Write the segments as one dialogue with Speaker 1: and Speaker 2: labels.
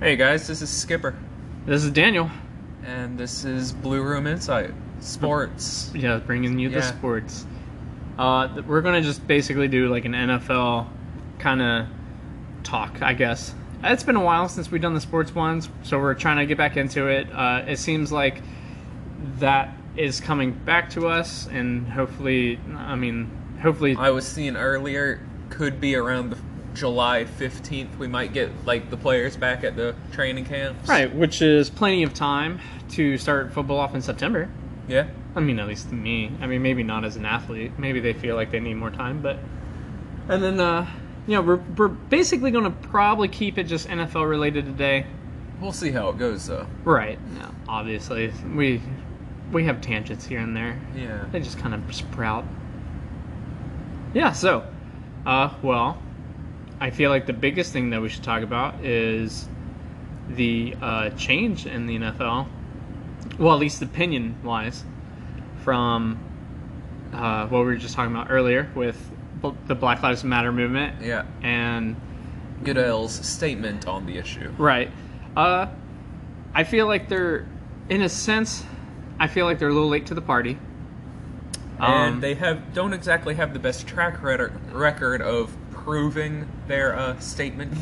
Speaker 1: Hey guys, this is Skipper,
Speaker 2: This is Daniel.
Speaker 1: and this is Blue Room Insight Sports.
Speaker 2: Yeah, bringing you the
Speaker 1: Yeah.
Speaker 2: sports. Uh, th- we're gonna just basically do like an NFL kind of talk, I guess. It's been a while since we've done the sports ones, so we're trying to get back into it. Uh, it seems like that is coming back to us, and hopefully, I mean, hopefully,
Speaker 1: I was seeing earlier could be around the July 15th. We might get like the players back at the training camps.
Speaker 2: right, which is plenty of time to start football off in September.
Speaker 1: Yeah.
Speaker 2: I mean, at least to me. I mean, maybe not as an athlete. Maybe they feel like they need more time, but. And then, uh, you know, we're, we're basically going to probably keep it just NFL related today.
Speaker 1: We'll see how it goes though.
Speaker 2: Right. No, obviously, we we have tangents here and there.
Speaker 1: Yeah.
Speaker 2: They just kind of sprout. Yeah. So, uh, well, I feel like the biggest thing that we should talk about is the uh, change in the NFL. Well, at least opinion wise, from uh, what we were just talking about earlier with bl- the Black Lives Matter movement
Speaker 1: Yeah.
Speaker 2: and
Speaker 1: Goodell's statement on the issue.
Speaker 2: Right. Uh, I feel like they're, in a sense, I feel like they're a little late to the party. Um,
Speaker 1: and they have don't exactly have the best track record record of proving their uh, statement.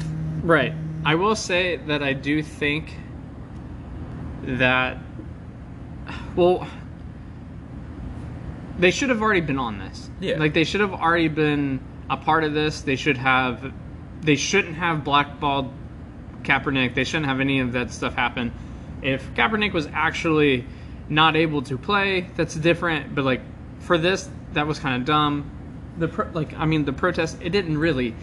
Speaker 2: Right. I will say that I do think that, well, they should have already been on this.
Speaker 1: Yeah.
Speaker 2: Like they should have already been a part of this. They should have, they shouldn't have blackballed Kaepernick. They shouldn't have any of that stuff happen. If Kaepernick was actually not able to play, that's different. But like for this, that was kind of dumb. The pro- like, I mean, the protest it didn't really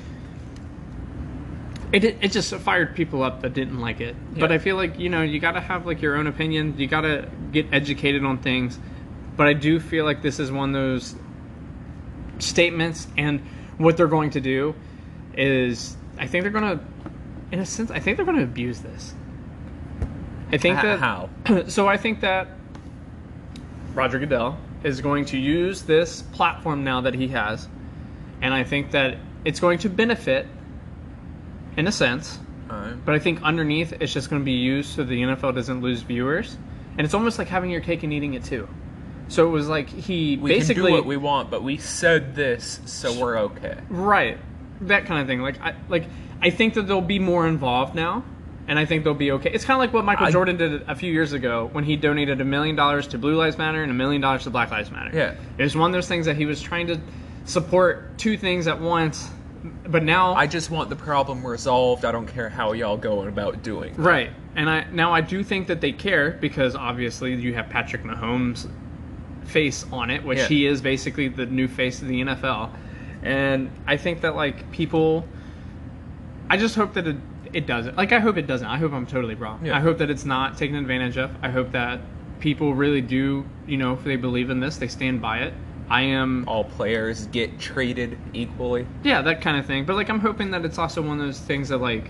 Speaker 2: it it just fired people up that didn't like it. But
Speaker 1: Yeah.
Speaker 2: I feel like you know you gotta have like your own opinion. You gotta get educated on things. But I do feel like this is one of those statements, and what they're going to do is I think they're gonna, in a sense, I think they're gonna abuse this. I think
Speaker 1: H-
Speaker 2: that
Speaker 1: how?
Speaker 2: so I think that Roger Goodell is going to use this platform now that he has, and I think that it's going to benefit, in a sense.
Speaker 1: Alright.
Speaker 2: But I think underneath, it's just going to be used so the NFL doesn't lose viewers, and it's almost like having your cake and eating it too. So it was like he
Speaker 1: we
Speaker 2: basically
Speaker 1: can do what we want, but we said this, so we're okay.
Speaker 2: right that kind of thing. Like I like I think that they'll be more involved now, and I think they'll be okay. It's kind of like what Michael
Speaker 1: I-
Speaker 2: Jordan did a few years ago when he donated a million dollars to Blue Lives Matter and a million dollars to Black Lives Matter.
Speaker 1: Yeah.
Speaker 2: it was one of those things that he was trying to support two things at once, but now
Speaker 1: I just want the problem resolved. I don't care how y'all going about doing. it.
Speaker 2: Right. And I now I do think that they care because obviously you have Patrick Mahomes face on it, which
Speaker 1: Yeah.
Speaker 2: he is basically the new face of the NFL. And I think that like people I just hope that it it doesn't. Like I hope it doesn't. I hope I'm totally wrong.
Speaker 1: Yeah.
Speaker 2: I hope that it's not taken advantage of. I hope that people really do, you know, if they believe in this, they stand by it. I am
Speaker 1: All players get treated equally.
Speaker 2: yeah, that kind of thing. But like, I'm hoping that it's also one of those things that like,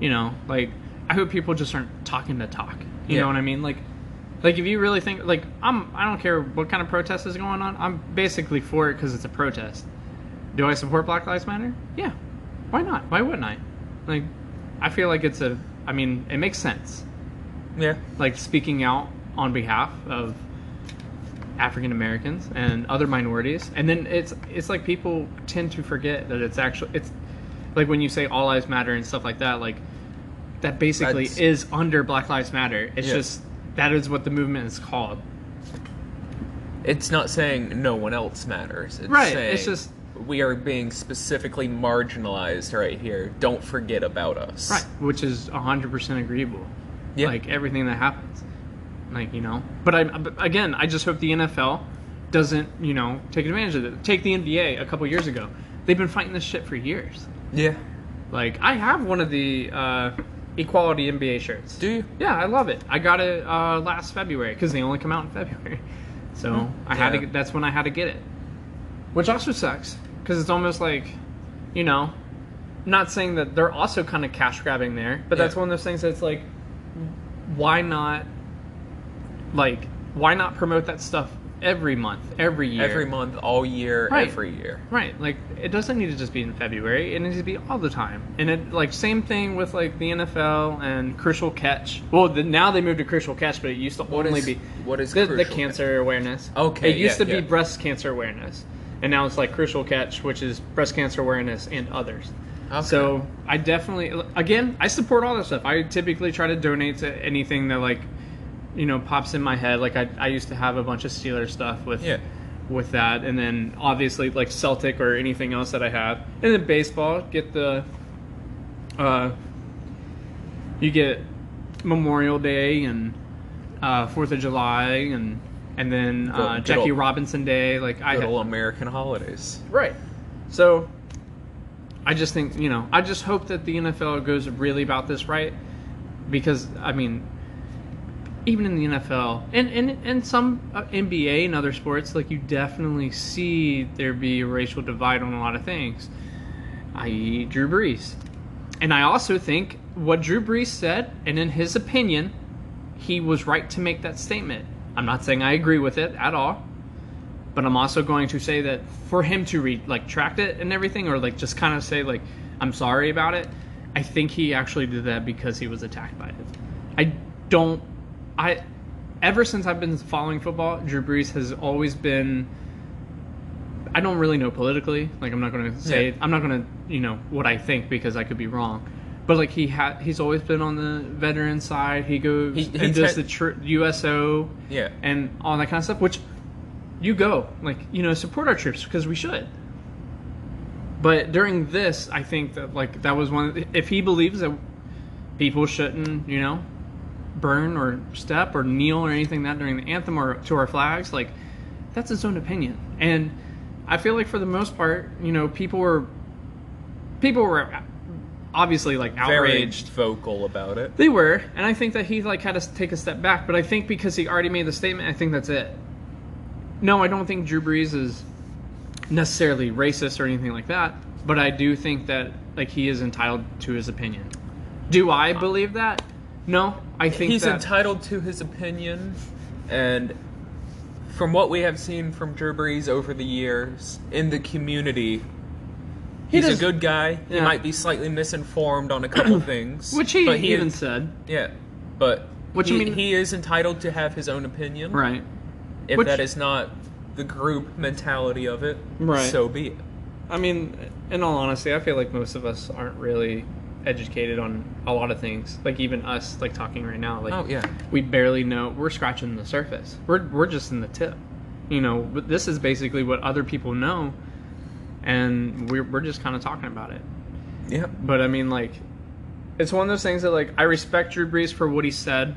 Speaker 2: you know, like I hope people just aren't talking to talk. You
Speaker 1: Yeah.
Speaker 2: know what I mean? Like, like if you really think like I'm, I don't care what kind of protest is going on. I'm basically for it because it's a protest. Do I support Black Lives Matter? Yeah. Why not? Why wouldn't I? Like, I feel like it's a. I mean, it makes sense.
Speaker 1: Yeah.
Speaker 2: Like speaking out on behalf of African Americans and other minorities. And then it's it's like people tend to forget that it's actually it's like when you say all lives matter and stuff like that, like that basically
Speaker 1: That's-
Speaker 2: is under Black Lives Matter. It's
Speaker 1: Yeah.
Speaker 2: just that is what the movement is called.
Speaker 1: It's not saying no one else matters. It's
Speaker 2: Right,
Speaker 1: Saying
Speaker 2: it's just-
Speaker 1: we are being specifically marginalized right here. Don't forget about us.
Speaker 2: Right. Which is hundred percent agreeable.
Speaker 1: Yeah.
Speaker 2: Like everything that happens. Like, you know. But I but again, I just hope the NFL doesn't, you know, take advantage of it. Take the NBA a couple years ago. They've been fighting this shit for years.
Speaker 1: Yeah.
Speaker 2: Like I have one of the uh, equality NBA shirts.
Speaker 1: Do you?
Speaker 2: Yeah, I love it. I got it uh, last February because they only come out in February, so I had
Speaker 1: Mm-hmm.
Speaker 2: to.
Speaker 1: Yeah.
Speaker 2: get- That's when I had to get it, which also sucks because it's almost like, you know, not saying that they're also kind of cash grabbing there, but that's
Speaker 1: Yeah.
Speaker 2: one of those things that's like, why not? Like, why not promote that stuff every month, every year.
Speaker 1: Every month, all year,
Speaker 2: Right.
Speaker 1: every year.
Speaker 2: Right, like it doesn't need to just be in February. It needs to be all the time. And it like same thing with like the NFL and Crucial Catch. Well, the, now they moved to Crucial Catch, but it used to
Speaker 1: What
Speaker 2: only
Speaker 1: is-
Speaker 2: be
Speaker 1: what is
Speaker 2: the, the
Speaker 1: Crucial
Speaker 2: cancer awareness.
Speaker 1: Okay,
Speaker 2: it used
Speaker 1: yeah,
Speaker 2: to
Speaker 1: yeah.
Speaker 2: be breast cancer awareness, and now it's like Crucial Catch, which is breast cancer awareness and others.
Speaker 1: Okay.
Speaker 2: So I definitely again I support all this stuff. I typically try to donate to anything that like you know pops in my head. Like I I used to have a bunch of Steeler stuff with
Speaker 1: Yeah.
Speaker 2: with that, and then obviously like Celtic or anything else that I have, and then baseball get the uh, you get Memorial Day and uh, Fourth of July and and then
Speaker 1: Good-
Speaker 2: uh,
Speaker 1: good
Speaker 2: Jackie
Speaker 1: ol-
Speaker 2: Robinson Day. Like I
Speaker 1: Little American holidays.
Speaker 2: right, so I just think you know I just hope that the NFL goes really about this right because I mean even in the NFL and and and some uh, NBA and other sports, like you definitely see there be a racial divide on a lot of things, i.e., Drew Brees. And I also think what Drew Brees said, and in his opinion, he was right to make that statement. I'm not saying I agree with it at all, but I'm also going to say that for him to re- like tract it and everything, or like just kind of say like I'm sorry about it. I think he actually did that because he was attacked by it. I don't. I ever since I've been following football, Drew Brees has always been. I don't really know politically. Like I'm not going to say
Speaker 1: Yeah.
Speaker 2: I'm not going to you know what I think because I could be wrong. But like he ha- he's always been on the veteran side. He goes
Speaker 1: He- he
Speaker 2: and does
Speaker 1: te-
Speaker 2: the tr- USO
Speaker 1: Yeah.
Speaker 2: and all that kind of stuff. Which you go, like you know, support our troops because we should. But during this, I think that like that was one. if he believes that people shouldn't, you know, burn or step or kneel or anything that during the anthem or to our flags, like that's his own opinion. And I feel like for the most part, you know, people were people were obviously like outraged.
Speaker 1: Very vocal about it.
Speaker 2: They were, and I think that he like had to take a step back. But I think because he already made the statement, I think that's it. No, I don't think Drew Brees is necessarily racist or anything like that. But I do think that like he is entitled to his opinion. Do I believe that? No, I think
Speaker 1: He's
Speaker 2: that,
Speaker 1: entitled to his opinion, and from what we have seen from Drew Brees over the years in the community,
Speaker 2: He
Speaker 1: he's
Speaker 2: does-
Speaker 1: a good guy. He
Speaker 2: Yeah.
Speaker 1: might be slightly misinformed on a couple things,
Speaker 2: which he,
Speaker 1: but
Speaker 2: he even said,
Speaker 1: yeah, but
Speaker 2: Which,
Speaker 1: he,
Speaker 2: I mean-
Speaker 1: he is entitled to have his own opinion.
Speaker 2: right?
Speaker 1: If
Speaker 2: which-
Speaker 1: that is not the group mentality of it,
Speaker 2: Right.
Speaker 1: so be it.
Speaker 2: I mean, in all honesty, I feel like most of us aren't really educated on a lot of things. Like even us, like talking right now, like
Speaker 1: Oh yeah,
Speaker 2: we barely know we're scratching the surface we're, we're just in the tip you know but this is basically what other people know and we're, we're just kind of talking about it
Speaker 1: yeah.
Speaker 2: but i mean like it's one of those things that like i respect drew brees for what he said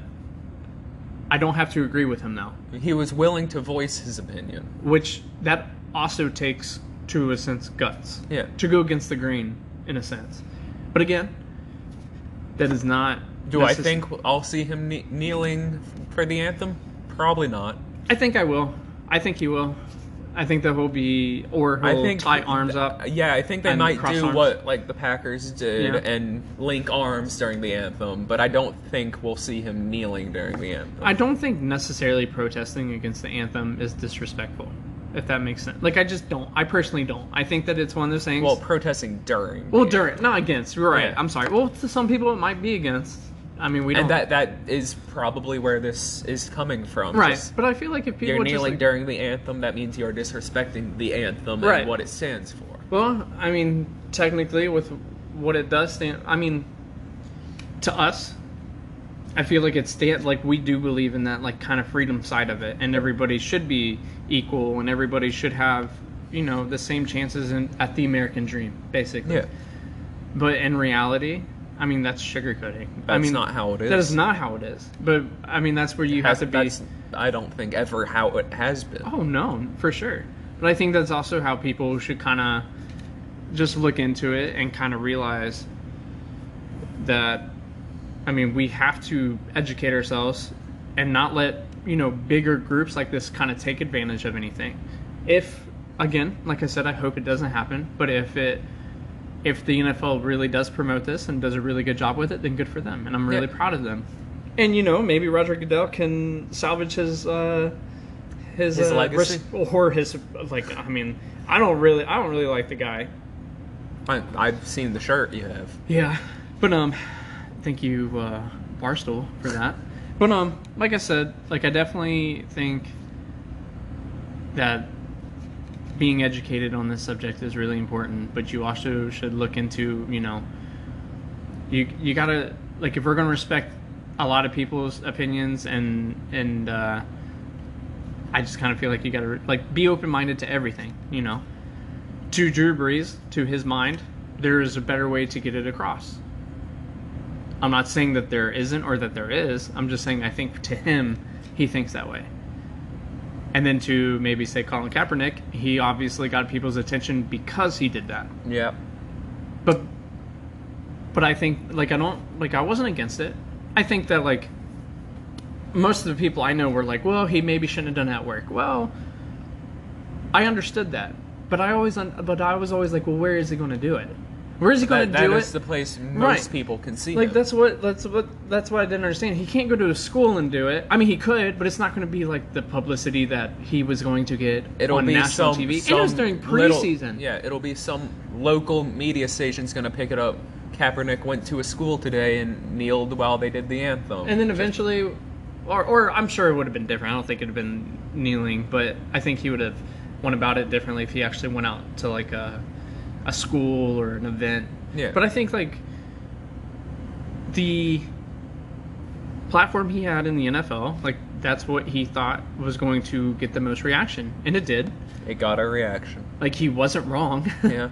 Speaker 2: i don't have to agree with him though
Speaker 1: He was willing to voice his opinion.
Speaker 2: which that also takes to a sense guts
Speaker 1: Yeah.
Speaker 2: to go against the grain in a sense but again that is not
Speaker 1: Do I
Speaker 2: necess-
Speaker 1: think I'll see him kne- kneeling for the anthem? Probably not.
Speaker 2: I think I will. I think he will. I think that will be, or he'll
Speaker 1: I think
Speaker 2: tie arms up.
Speaker 1: Yeah, I think they
Speaker 2: And
Speaker 1: might
Speaker 2: cross
Speaker 1: do
Speaker 2: arms.
Speaker 1: what like the Packers did
Speaker 2: Yeah.
Speaker 1: and link arms during the anthem, but I don't think we'll see him kneeling during the anthem.
Speaker 2: I don't think necessarily protesting against the anthem is disrespectful, if that makes sense. Like I just don't. I personally don't. I think that it's one of those things.
Speaker 1: well, protesting during.
Speaker 2: well,
Speaker 1: the-
Speaker 2: during, not against. You're right.
Speaker 1: Yeah.
Speaker 2: I'm sorry. Well, to some people it might be against. I mean, we don't.
Speaker 1: and that that is probably where this is coming from.
Speaker 2: right.
Speaker 1: Just-
Speaker 2: but I feel like if people
Speaker 1: you're
Speaker 2: just,
Speaker 1: kneeling
Speaker 2: like-
Speaker 1: during the anthem. That means you're disrespecting the anthem
Speaker 2: Right.
Speaker 1: and what it stands for.
Speaker 2: Well, I mean, technically, with what it does stand, I mean, to us, I feel like it stands like we do believe in that like kind of freedom side of it, and everybody should be equal, and everybody should have you know the same chances in, at the American dream, basically.
Speaker 1: Yeah,
Speaker 2: But in reality, I mean, that's sugarcoating. I
Speaker 1: That's
Speaker 2: mean,
Speaker 1: not how it
Speaker 2: That
Speaker 1: is.
Speaker 2: is not how it is. But I mean, that's where you have to be.
Speaker 1: That's- I don't think ever how it has been.
Speaker 2: Oh no, for sure. But I think that's also how people should kind of just look into it and kind of realize that I mean, we have to educate ourselves and not let, you know, bigger groups like this kind of take advantage of anything. If again, like I said, I hope it doesn't happen, but if it if the NFL really does promote this and does a really good job with it, then good for them, and I'm really
Speaker 1: Yeah.
Speaker 2: proud of them. And you know, maybe Roger Goodell can salvage his uh, his,
Speaker 1: His
Speaker 2: uh,
Speaker 1: legacy?
Speaker 2: res- or his like. I mean, I don't really, I don't really like the guy.
Speaker 1: I, I've seen the shirt you have.
Speaker 2: Yeah, but um, thank you, uh, Barstool, for that. But um, like I said, like I definitely think that being educated on this subject is really important. But you also should look into, you know, you you gotta like if we're gonna respect a lot of people's opinions and and uh, I just kind of feel like you gotta like be open minded to everything, you know to Drew Brees, to his mind, there is a better way to get it across. I'm not saying that there isn't or that there is. I'm just saying I think to him, he thinks that way. And then to maybe say Colin Kaepernick, he obviously got people's attention because he did that.
Speaker 1: Yeah.
Speaker 2: But but I think like I don't like I wasn't against it. I think that like most of the people I know were like, well, he maybe shouldn't have done that work. Well, I understood that, but I always un- but I was always like, well, where is he going to do it? Where is he going
Speaker 1: That,
Speaker 2: to
Speaker 1: that
Speaker 2: do
Speaker 1: is
Speaker 2: it?
Speaker 1: the place most
Speaker 2: Right.
Speaker 1: people can see
Speaker 2: like
Speaker 1: him.
Speaker 2: that's what that's what that's what I didn't understand. He can't go to a school and do it. I mean, he could, but it's not going to be like the publicity that he was going to get
Speaker 1: It'll
Speaker 2: on
Speaker 1: be
Speaker 2: national
Speaker 1: some,
Speaker 2: TV.
Speaker 1: some
Speaker 2: it was during
Speaker 1: little-
Speaker 2: preseason.
Speaker 1: yeah, it'll be some local media station's going to pick it up. Kaepernick went to a school today and kneeled while they did the anthem.
Speaker 2: And then eventually, or, or I'm sure it would have been different. I don't think it would have been kneeling, but I think he would have went about it differently if he actually went out to like a, a school or an event.
Speaker 1: Yeah.
Speaker 2: But I think like the platform he had in the NFL, like that's what he thought was going to get the most reaction, and it did.
Speaker 1: it got a reaction.
Speaker 2: Like he wasn't wrong.
Speaker 1: Yeah.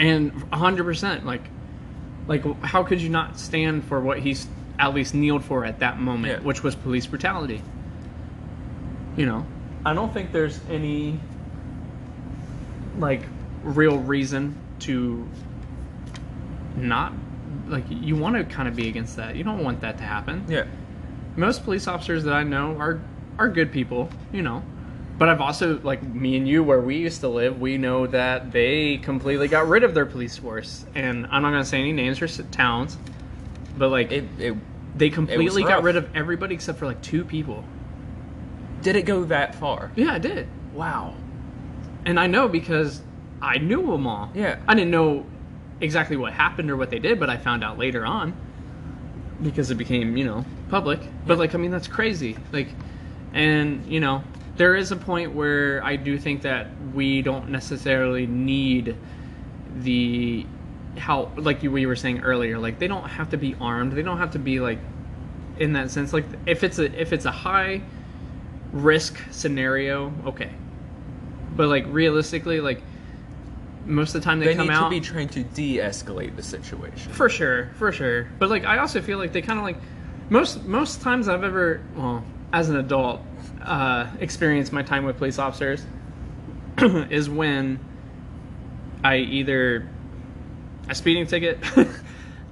Speaker 2: and 100% like like how could you not stand for what he's at least kneeled for at that moment
Speaker 1: Yeah.
Speaker 2: which was police brutality you know i don't think there's any like real reason to not like you want to kind of be against that you don't want that to happen
Speaker 1: yeah.
Speaker 2: most police officers that I know are are good people, you know. But I've also like me and you where we used to live, we know that they completely got rid of their police force. And I'm not going to say any names or s- towns, but like
Speaker 1: It, it
Speaker 2: they completely got
Speaker 1: rough.
Speaker 2: rid of everybody except for like two people.
Speaker 1: did it go that far?
Speaker 2: Yeah, I did.
Speaker 1: Wow.
Speaker 2: And I know because I knew them all.
Speaker 1: Yeah.
Speaker 2: I didn't know exactly what happened or what they did, but I found out later on because it became, you know, public. But, like, I mean, that's crazy. Like, and, you know, there is a point where I do think that we don't necessarily need the how like you we were saying earlier like they don't have to be armed they don't have to be like in that sense like if it's a if it's a high risk scenario okay but like realistically like most of the time they,
Speaker 1: They,
Speaker 2: come
Speaker 1: need
Speaker 2: out
Speaker 1: to be trying to de-escalate the situation.
Speaker 2: for sure, for sure. But like, I also feel like they kind of like most most times I've ever, well, as an adult, uh, experienced my time with police officers is when I either a speeding ticket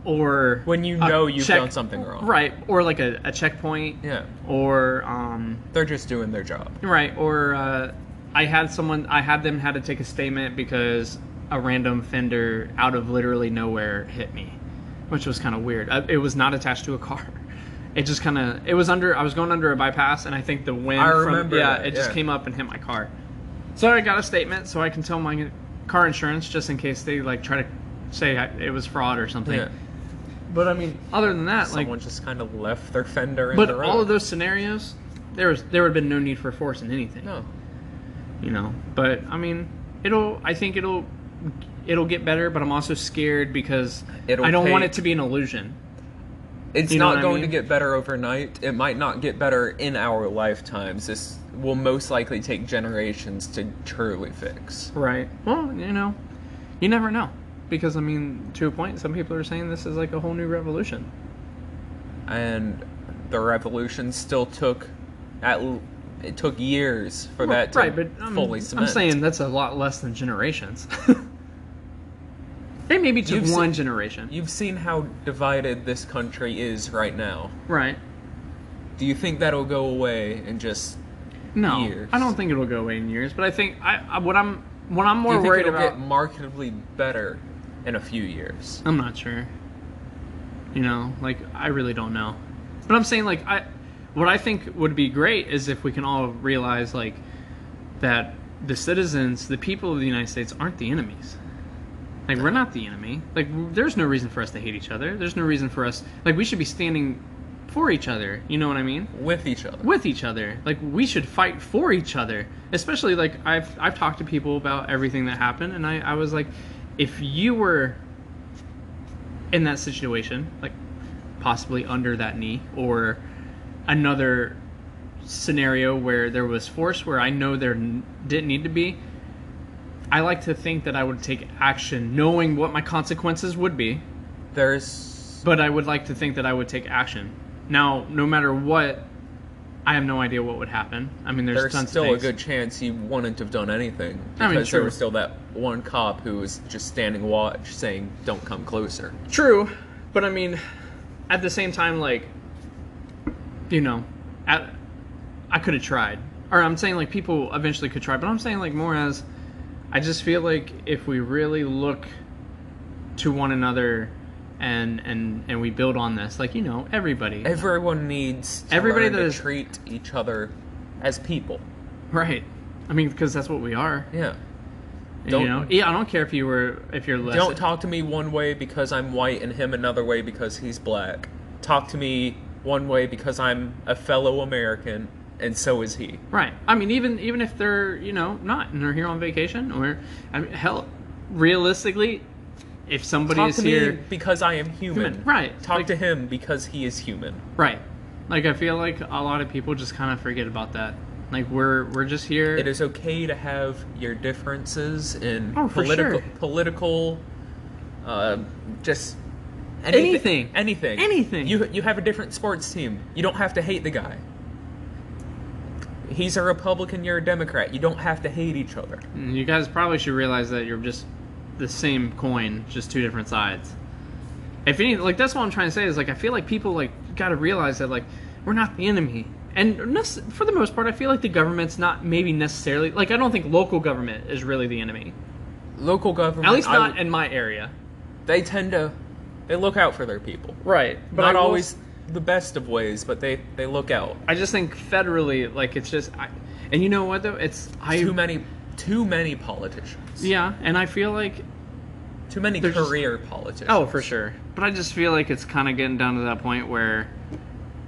Speaker 2: or
Speaker 1: When you
Speaker 2: a
Speaker 1: know you've done something wrong.
Speaker 2: right? Or like a, a checkpoint,
Speaker 1: Yeah.
Speaker 2: or um,
Speaker 1: They're just doing their job.
Speaker 2: Right, or uh, I had someone, I had them had to take a statement because a random fender out of literally nowhere hit me, which was kind of weird. I, it was not attached to a car. It just kind of, it was under, I was going under a bypass, and I think the wind
Speaker 1: I
Speaker 2: from-
Speaker 1: remember
Speaker 2: yeah,
Speaker 1: that,
Speaker 2: it just
Speaker 1: yeah.
Speaker 2: came up and hit my car. So I got a statement so I can tell my car insurance just in case they like try to say I, it was fraud or something.
Speaker 1: Yeah.
Speaker 2: But I mean, other than that, like,
Speaker 1: Someone just kind of left their fender in
Speaker 2: but
Speaker 1: the road.
Speaker 2: all of those scenarios, there was there would have been no need for force in anything
Speaker 1: No.
Speaker 2: you know but i mean it'll i think it'll it'll get better but i'm also scared because
Speaker 1: It'll
Speaker 2: i don't want
Speaker 1: take-
Speaker 2: it to be an illusion
Speaker 1: It's
Speaker 2: You know
Speaker 1: not
Speaker 2: what I
Speaker 1: going
Speaker 2: mean?
Speaker 1: to get better overnight. It might not get better in our lifetimes. This will most likely take generations to truly fix.
Speaker 2: right well you know you never know because i mean to a point some people are saying this is like a whole new revolution
Speaker 1: And the revolution still took at l- it took years for that to
Speaker 2: right but I'm,
Speaker 1: fully
Speaker 2: I'm
Speaker 1: cement.
Speaker 2: saying that's a lot less than generations it maybe took
Speaker 1: You've
Speaker 2: one
Speaker 1: seen-
Speaker 2: generation
Speaker 1: you've seen how divided this country is right now.
Speaker 2: right
Speaker 1: Do you think that'll go away and just
Speaker 2: no
Speaker 1: years.
Speaker 2: i don't think it'll go away in years but i think i, I what i'm what
Speaker 1: do
Speaker 2: i'm
Speaker 1: you
Speaker 2: more
Speaker 1: think
Speaker 2: worried
Speaker 1: it'll
Speaker 2: about
Speaker 1: get markedly better in a few years?
Speaker 2: I'm not sure. You know, like I really don't know. But I'm saying like I what I think would be great is if we can all realize like that the citizens, the people of the United States, aren't the enemies. Like we're not the enemy. Like w- there's no reason for us to hate each other. There's no reason for us like we should be standing for each other. You know what I mean?
Speaker 1: with each other.
Speaker 2: With each other. Like we should fight for each other. Especially like I've I've talked to people about everything that happened and I, I was like, if you were in that situation, like possibly under that knee or another scenario where there was force where I know there n- didn't need to be, I like to think that I would take action knowing what my consequences would be,
Speaker 1: There's
Speaker 2: but I would like to think that I would take action. Now, no matter what, I have no idea what would happen. I mean, there's,
Speaker 1: there's
Speaker 2: tons
Speaker 1: still
Speaker 2: of
Speaker 1: a
Speaker 2: things.
Speaker 1: good chance he wouldn't have done anything because
Speaker 2: I mean,
Speaker 1: there
Speaker 2: sure.
Speaker 1: was still that one cop who was just standing watch saying, "Don't come closer."
Speaker 2: True, but I mean, at the same time, like, you know, at, I could have tried. Or I'm saying, like, people eventually could try, but I'm saying, like, more as I just feel like if we really look to one another and and and we build on this, like, you know,
Speaker 1: Eh.
Speaker 2: everybody.
Speaker 1: Everyone needs to
Speaker 2: Everybody
Speaker 1: learn
Speaker 2: that
Speaker 1: to
Speaker 2: is-
Speaker 1: treat each other as people.
Speaker 2: right. I mean, because that's what we are.
Speaker 1: Yeah.
Speaker 2: you
Speaker 1: Don't-
Speaker 2: know? Yeah, I don't care if you were, if you're less.
Speaker 1: Don't talk to me one way because I'm white and him another way because he's black. Talk to me one way because I'm a fellow American and so is he.
Speaker 2: Right. I mean, even even if they're you know not and they're here on vacation or I mean, hell, realistically, if somebody
Speaker 1: Talk
Speaker 2: is
Speaker 1: to
Speaker 2: here,
Speaker 1: me because I am human.
Speaker 2: Human, right.
Speaker 1: Talk
Speaker 2: Like-
Speaker 1: to him because he is human.
Speaker 2: right? Like I feel like a lot of people just kind of forget about that. Like we're we're just here.
Speaker 1: It is okay to have your differences in
Speaker 2: Oh, for
Speaker 1: political,
Speaker 2: sure.
Speaker 1: political, uh, just
Speaker 2: Anything.
Speaker 1: anything,
Speaker 2: Anything.
Speaker 1: You you have a different sports team. You don't have to hate the guy. He's a Republican. You're a Democrat. You don't have to hate each other.
Speaker 2: And You guys probably should realize that you're just the same coin, just two different sides. If any, like that's what I'm trying to say is like I feel like people like got to realize that like we're not the enemy, and nece- for the most part, I feel like the government's not maybe necessarily like I don't think local government is really the enemy.
Speaker 1: Local government,
Speaker 2: At least
Speaker 1: I
Speaker 2: not
Speaker 1: would-
Speaker 2: in my area.
Speaker 1: they tend to they look out for their people.
Speaker 2: Right. But
Speaker 1: Not
Speaker 2: I will-
Speaker 1: always the best of ways, but they they look out.
Speaker 2: I just think federally, like it's just, I, and you know what though, it's I.
Speaker 1: too many, too many politicians.
Speaker 2: Yeah, and I feel like
Speaker 1: Too many
Speaker 2: They're just-
Speaker 1: career politicians.
Speaker 2: oh for sure, but I just feel like it's kind of getting down to that point where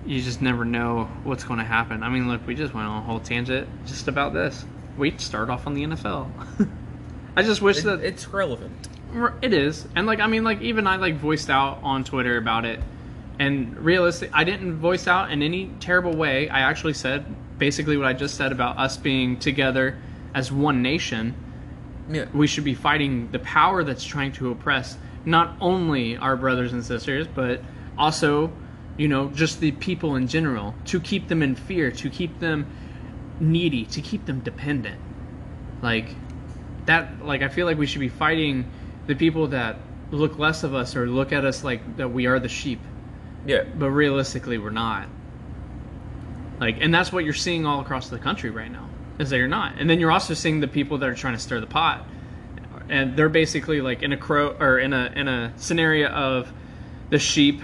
Speaker 2: you just never know what's going to happen. I mean, look, we just went on a whole tangent just about this. We start off on the NFL. I just wish
Speaker 1: It-
Speaker 2: that
Speaker 1: it's relevant.
Speaker 2: R- It is, and like I mean, like even I like voiced out on Twitter about it, and realistic, I didn't voice out in any terrible way. I actually said basically what I just said about us being together as one nation.
Speaker 1: Yeah.
Speaker 2: We should be fighting the power that's trying to oppress not only our brothers and sisters, but also, you know, just the people in general. To keep them in fear, to keep them needy, to keep them dependent like that like i feel like we should be fighting the people that look less of us or look at us like that we are the sheep
Speaker 1: Yeah.
Speaker 2: but realistically we're not like and that's what you're seeing all across the country right now is that you're not and then you're also seeing the people that are trying to stir the pot and they're basically like in a crow or in a in a scenario of the sheep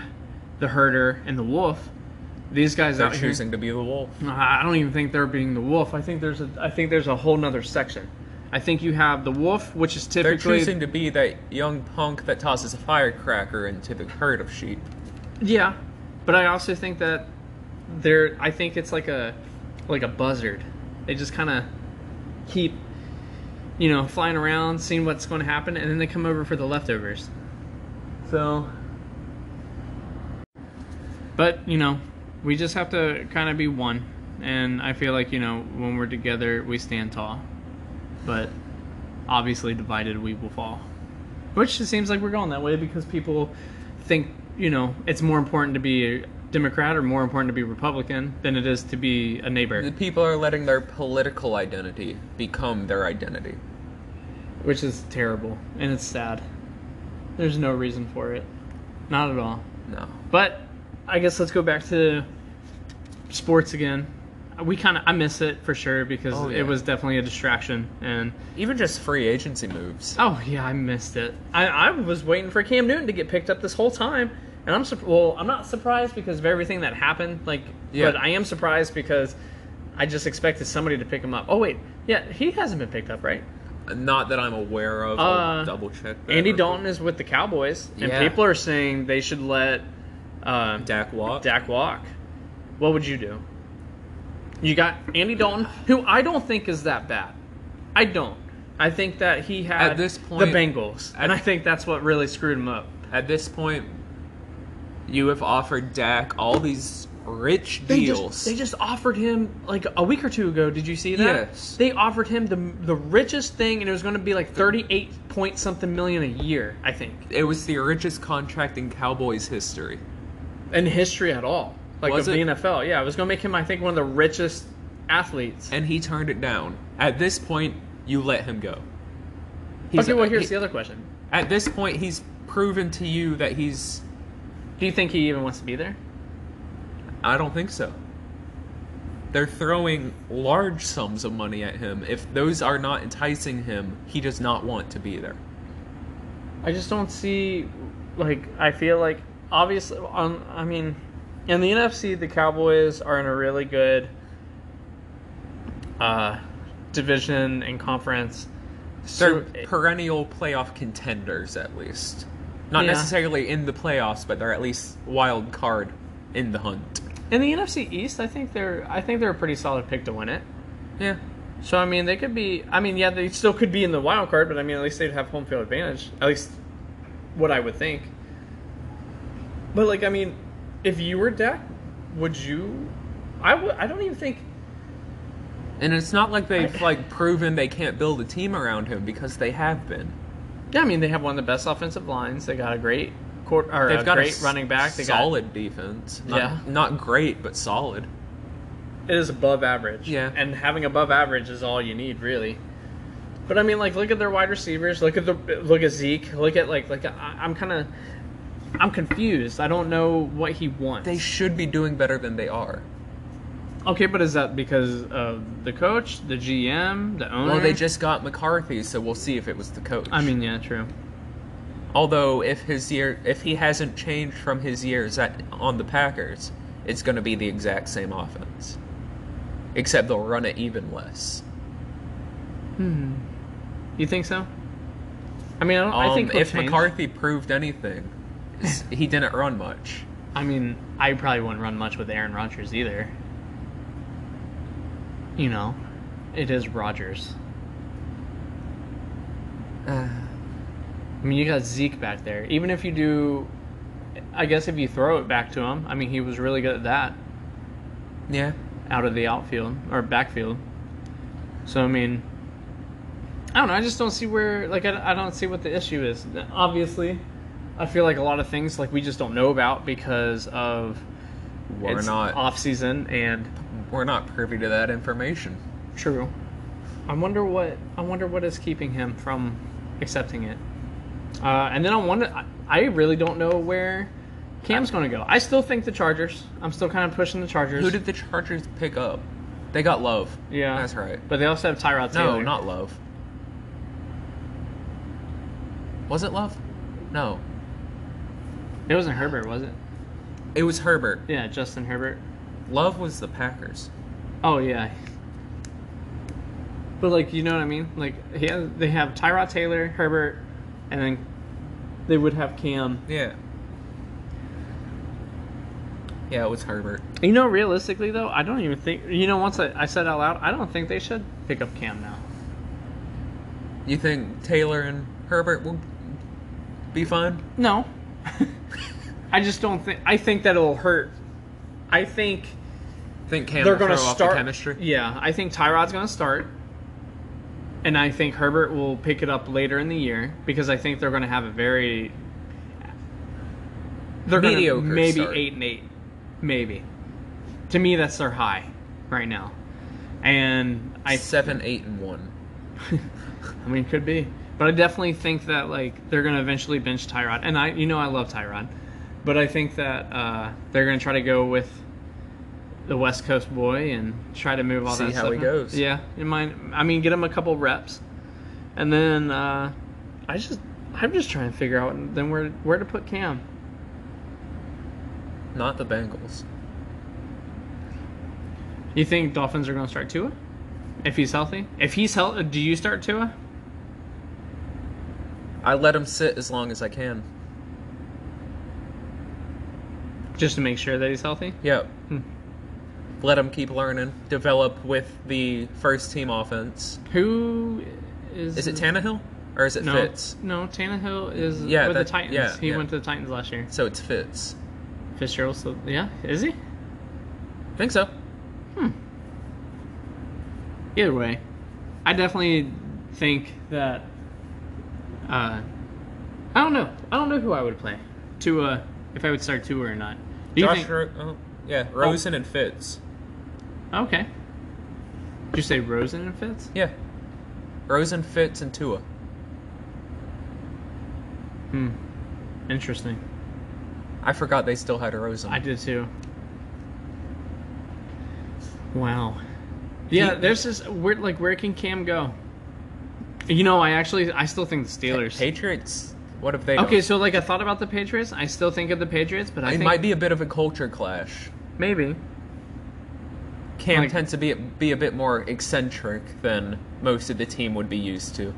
Speaker 2: the herder and the wolf these guys
Speaker 1: They're
Speaker 2: out here
Speaker 1: choosing to be the wolf.
Speaker 2: I I don't even think they're being the wolf. I think there's a I think there's a whole nother section. I think you have the wolf, which is
Speaker 1: They're
Speaker 2: typically
Speaker 1: choosing to be that young punk that tosses a firecracker into the herd of sheep.
Speaker 2: yeah, but I also think that they're I think it's like a like a buzzard. They just kind of keep you know flying around, seeing what's going to happen, and then they come over for the leftovers. So, but you know, we just have to kind of be one. And I feel like you know when we're together, we stand tall. But obviously, divided we will fall. Which it seems like we're going that way because people think you know it's more important to be a Democrat or more important to be Republican than it is to be a neighbor.
Speaker 1: The people are letting their political identity become their identity.
Speaker 2: which is terrible and it's sad. There's no reason for it, not at all.
Speaker 1: No.
Speaker 2: But I guess let's go back to sports again. We kind of I miss it for sure because
Speaker 1: Oh, yeah.
Speaker 2: it was definitely a distraction and
Speaker 1: Even just free agency moves.
Speaker 2: oh yeah I missed it. I, I was waiting for Cam Newton to get picked up this whole time and I'm surp- well, I'm not surprised because of everything that happened. Like,
Speaker 1: Yeah.
Speaker 2: but I am surprised because I just expected somebody to pick him up. Oh wait, yeah, he hasn't been picked up, right?
Speaker 1: Not that I'm aware of. I'll
Speaker 2: Uh,
Speaker 1: double check. That
Speaker 2: Andy
Speaker 1: real
Speaker 2: Dalton is with the Cowboys, and
Speaker 1: Yeah.
Speaker 2: people are saying they should let uh,
Speaker 1: quick. Dak Watt.
Speaker 2: Dak walk. What would you do? You got Andy Dalton, who I don't think is that bad. I don't. I think that he had
Speaker 1: At this
Speaker 2: the
Speaker 1: point-
Speaker 2: Bengals, and I think that's what really screwed him up.
Speaker 1: At this point, you have offered Dak all these rich
Speaker 2: They
Speaker 1: deals.
Speaker 2: just, they just offered him like a week or two ago. Did you see that?
Speaker 1: Yes.
Speaker 2: They offered him the the richest thing, and it was going to be like thirty eight point something million a year, I think,
Speaker 1: it was the richest contract in Cowboys history.
Speaker 2: in history at all, like
Speaker 1: Was
Speaker 2: of
Speaker 1: it?
Speaker 2: the NFL. Yeah, it was going to make him, I think, one of the richest athletes.
Speaker 1: and he turned it down. At this point, you let him go.
Speaker 2: okay, well, here's
Speaker 1: he-
Speaker 2: the other question:
Speaker 1: At this point, he's proven to you that he's.
Speaker 2: Do you think he even wants to be there?
Speaker 1: I don't think so. They're throwing large sums of money at him. If those are not enticing him, he does not want to be there.
Speaker 2: I just don't see, like, I feel like obviously, on, I mean, in the NFC, the Cowboys are in a really good uh, division and conference.
Speaker 1: They're
Speaker 2: So,
Speaker 1: perennial playoff contenders, at least. Not
Speaker 2: Yeah.
Speaker 1: necessarily in the playoffs, but they're at least wild card in the hunt.
Speaker 2: in the NFC East, I think they're, I think they're a pretty solid pick to win it.
Speaker 1: Yeah.
Speaker 2: So I mean, they could be. I mean, yeah, they still could be in the wild card, but I mean, at least they'd have home field advantage. At least, what I would think. But like, I mean, if you were Dak, would you? I would. I don't even think.
Speaker 1: And it's not like they've
Speaker 2: I-
Speaker 1: like proven they can't build a team around him because they have been.
Speaker 2: Yeah, I mean, they have one of the best offensive lines. They got a great court or
Speaker 1: They've
Speaker 2: a
Speaker 1: got a
Speaker 2: great
Speaker 1: s-
Speaker 2: running back. They
Speaker 1: solid defense. Not,
Speaker 2: Yeah.
Speaker 1: not great, but solid.
Speaker 2: got it is above average.
Speaker 1: Yeah.
Speaker 2: and having above average is all you need, really. But I mean, like, look at their wide receivers. Look at the look at Zeke. Look at like like I, I'm kind of. I'm confused. I don't know what he wants.
Speaker 1: They should be doing better than they are.
Speaker 2: Okay, but is that because of the coach, the GM, the owner?
Speaker 1: Well, they just got McCarthy, so we'll see if it was the coach.
Speaker 2: I mean, yeah, true.
Speaker 1: although if his year, if he hasn't changed from his years at, on the Packers, it's going to be the exact same offense, except they'll run it even less.
Speaker 2: Hmm. You think so? I mean, I, don't, I
Speaker 1: Um,
Speaker 2: think he'll
Speaker 1: if
Speaker 2: change.
Speaker 1: McCarthy proved anything, it's- he didn't run much.
Speaker 2: I mean, I probably wouldn't run much with Aaron Rodgers either. You know, it is Rodgers. Uh, I mean, you got Zeke back there. Even if you do, I guess if you throw it back to him, I mean, he was really good at that.
Speaker 1: yeah.
Speaker 2: out of the outfield or backfield. So I mean, I don't know. I just don't see where like I, I don't see what the issue is. Obviously, I feel like a lot of things like we just don't know about because of
Speaker 1: We're
Speaker 2: it's
Speaker 1: not
Speaker 2: off season and
Speaker 1: we're not privy to that information.
Speaker 2: true. I wonder what I wonder what is keeping him from accepting it. Uh, and then I wonder. I, I really don't know where Cam's going to go. I still think the Chargers. I'm still kind of pushing the Chargers.
Speaker 1: Who did the Chargers pick up? They got Love.
Speaker 2: Yeah,
Speaker 1: That's right.
Speaker 2: But they also have Tyrod
Speaker 1: No,
Speaker 2: Taylor.
Speaker 1: not Love. Was it Love? No.
Speaker 2: It wasn't Herbert, was it?
Speaker 1: It was Herbert.
Speaker 2: Yeah, Justin Herbert.
Speaker 1: Love was the Packers.
Speaker 2: Oh yeah. But like, you know what I mean? Like, he has, they have Tyrod Taylor, Herbert, and then they would have Cam.
Speaker 1: Yeah. Yeah, it was Herbert.
Speaker 2: You know, realistically though, I don't even think. You know, once I, I said out loud, I don't think they should pick up Cam now.
Speaker 1: You think Taylor and Herbert will be fine?
Speaker 2: No. I just don't think. I think that it'll hurt. I think
Speaker 1: Think Cam
Speaker 2: they're
Speaker 1: will
Speaker 2: going to
Speaker 1: throw off
Speaker 2: start.
Speaker 1: the chemistry?
Speaker 2: Yeah, I think Tyrod's going to start. And I think Herbert will pick it up later in the year because I think they're going to have a very they're gonna
Speaker 1: Mediocre
Speaker 2: maybe
Speaker 1: start.
Speaker 2: eight and eight, maybe. To me, that's their high right now, and I
Speaker 1: seven, eight, and one.
Speaker 2: I mean, could be. But I definitely think that like they're gonna eventually bench Tyrod, and I, you know, I love Tyrod, but I think that uh, they're gonna try to go with the West Coast boy and try to move all
Speaker 1: See
Speaker 2: that
Speaker 1: how
Speaker 2: stuff.
Speaker 1: he goes.
Speaker 2: Yeah, in mind, I mean, get him a couple reps, and then uh, I just, I'm just trying to figure out then where where to put Cam.
Speaker 1: not the Bengals.
Speaker 2: You think Dolphins are going to start Tua if he's healthy? If he's healthy, do you start Tua?
Speaker 1: I let him sit as long as I can.
Speaker 2: Just to make sure that he's healthy.
Speaker 1: Yep.
Speaker 2: Hmm.
Speaker 1: Let him keep learning, develop with the first team offense.
Speaker 2: Who is?
Speaker 1: Is it Tannehill or is it
Speaker 2: No,
Speaker 1: Fitz?
Speaker 2: no. Tannehill is
Speaker 1: Yeah,
Speaker 2: with
Speaker 1: that-
Speaker 2: the Titans.
Speaker 1: yeah,
Speaker 2: he
Speaker 1: yeah.
Speaker 2: went to the Titans last year.
Speaker 1: So it's Fitz.
Speaker 2: Fitzgerald, still, yeah, is he?
Speaker 1: Think so.
Speaker 2: Either way, I definitely think that. Uh, I don't know. I don't know who I would play. To uh, if I would start Tua or not. Do you
Speaker 1: Josh
Speaker 2: think?
Speaker 1: Ro- oh, yeah, Rosen and Fitz.
Speaker 2: okay. Did you say Rosen and Fitz?
Speaker 1: Yeah. Rosen, Fitz, and Tua.
Speaker 2: Hmm. Interesting.
Speaker 1: I forgot they still had a Rosen.
Speaker 2: I did too. Wow. Yeah,
Speaker 1: He-
Speaker 2: there's this where like where can Cam go? You know, I actually I still think the Steelers.
Speaker 1: Patriots. What have they?
Speaker 2: okay,
Speaker 1: done?
Speaker 2: so like I thought about the Patriots. I still think of the Patriots, but I
Speaker 1: it
Speaker 2: think
Speaker 1: might be a bit of a culture clash.
Speaker 2: maybe.
Speaker 1: Cam
Speaker 2: Like-
Speaker 1: tends to be be a bit more eccentric than most of the team would be used to.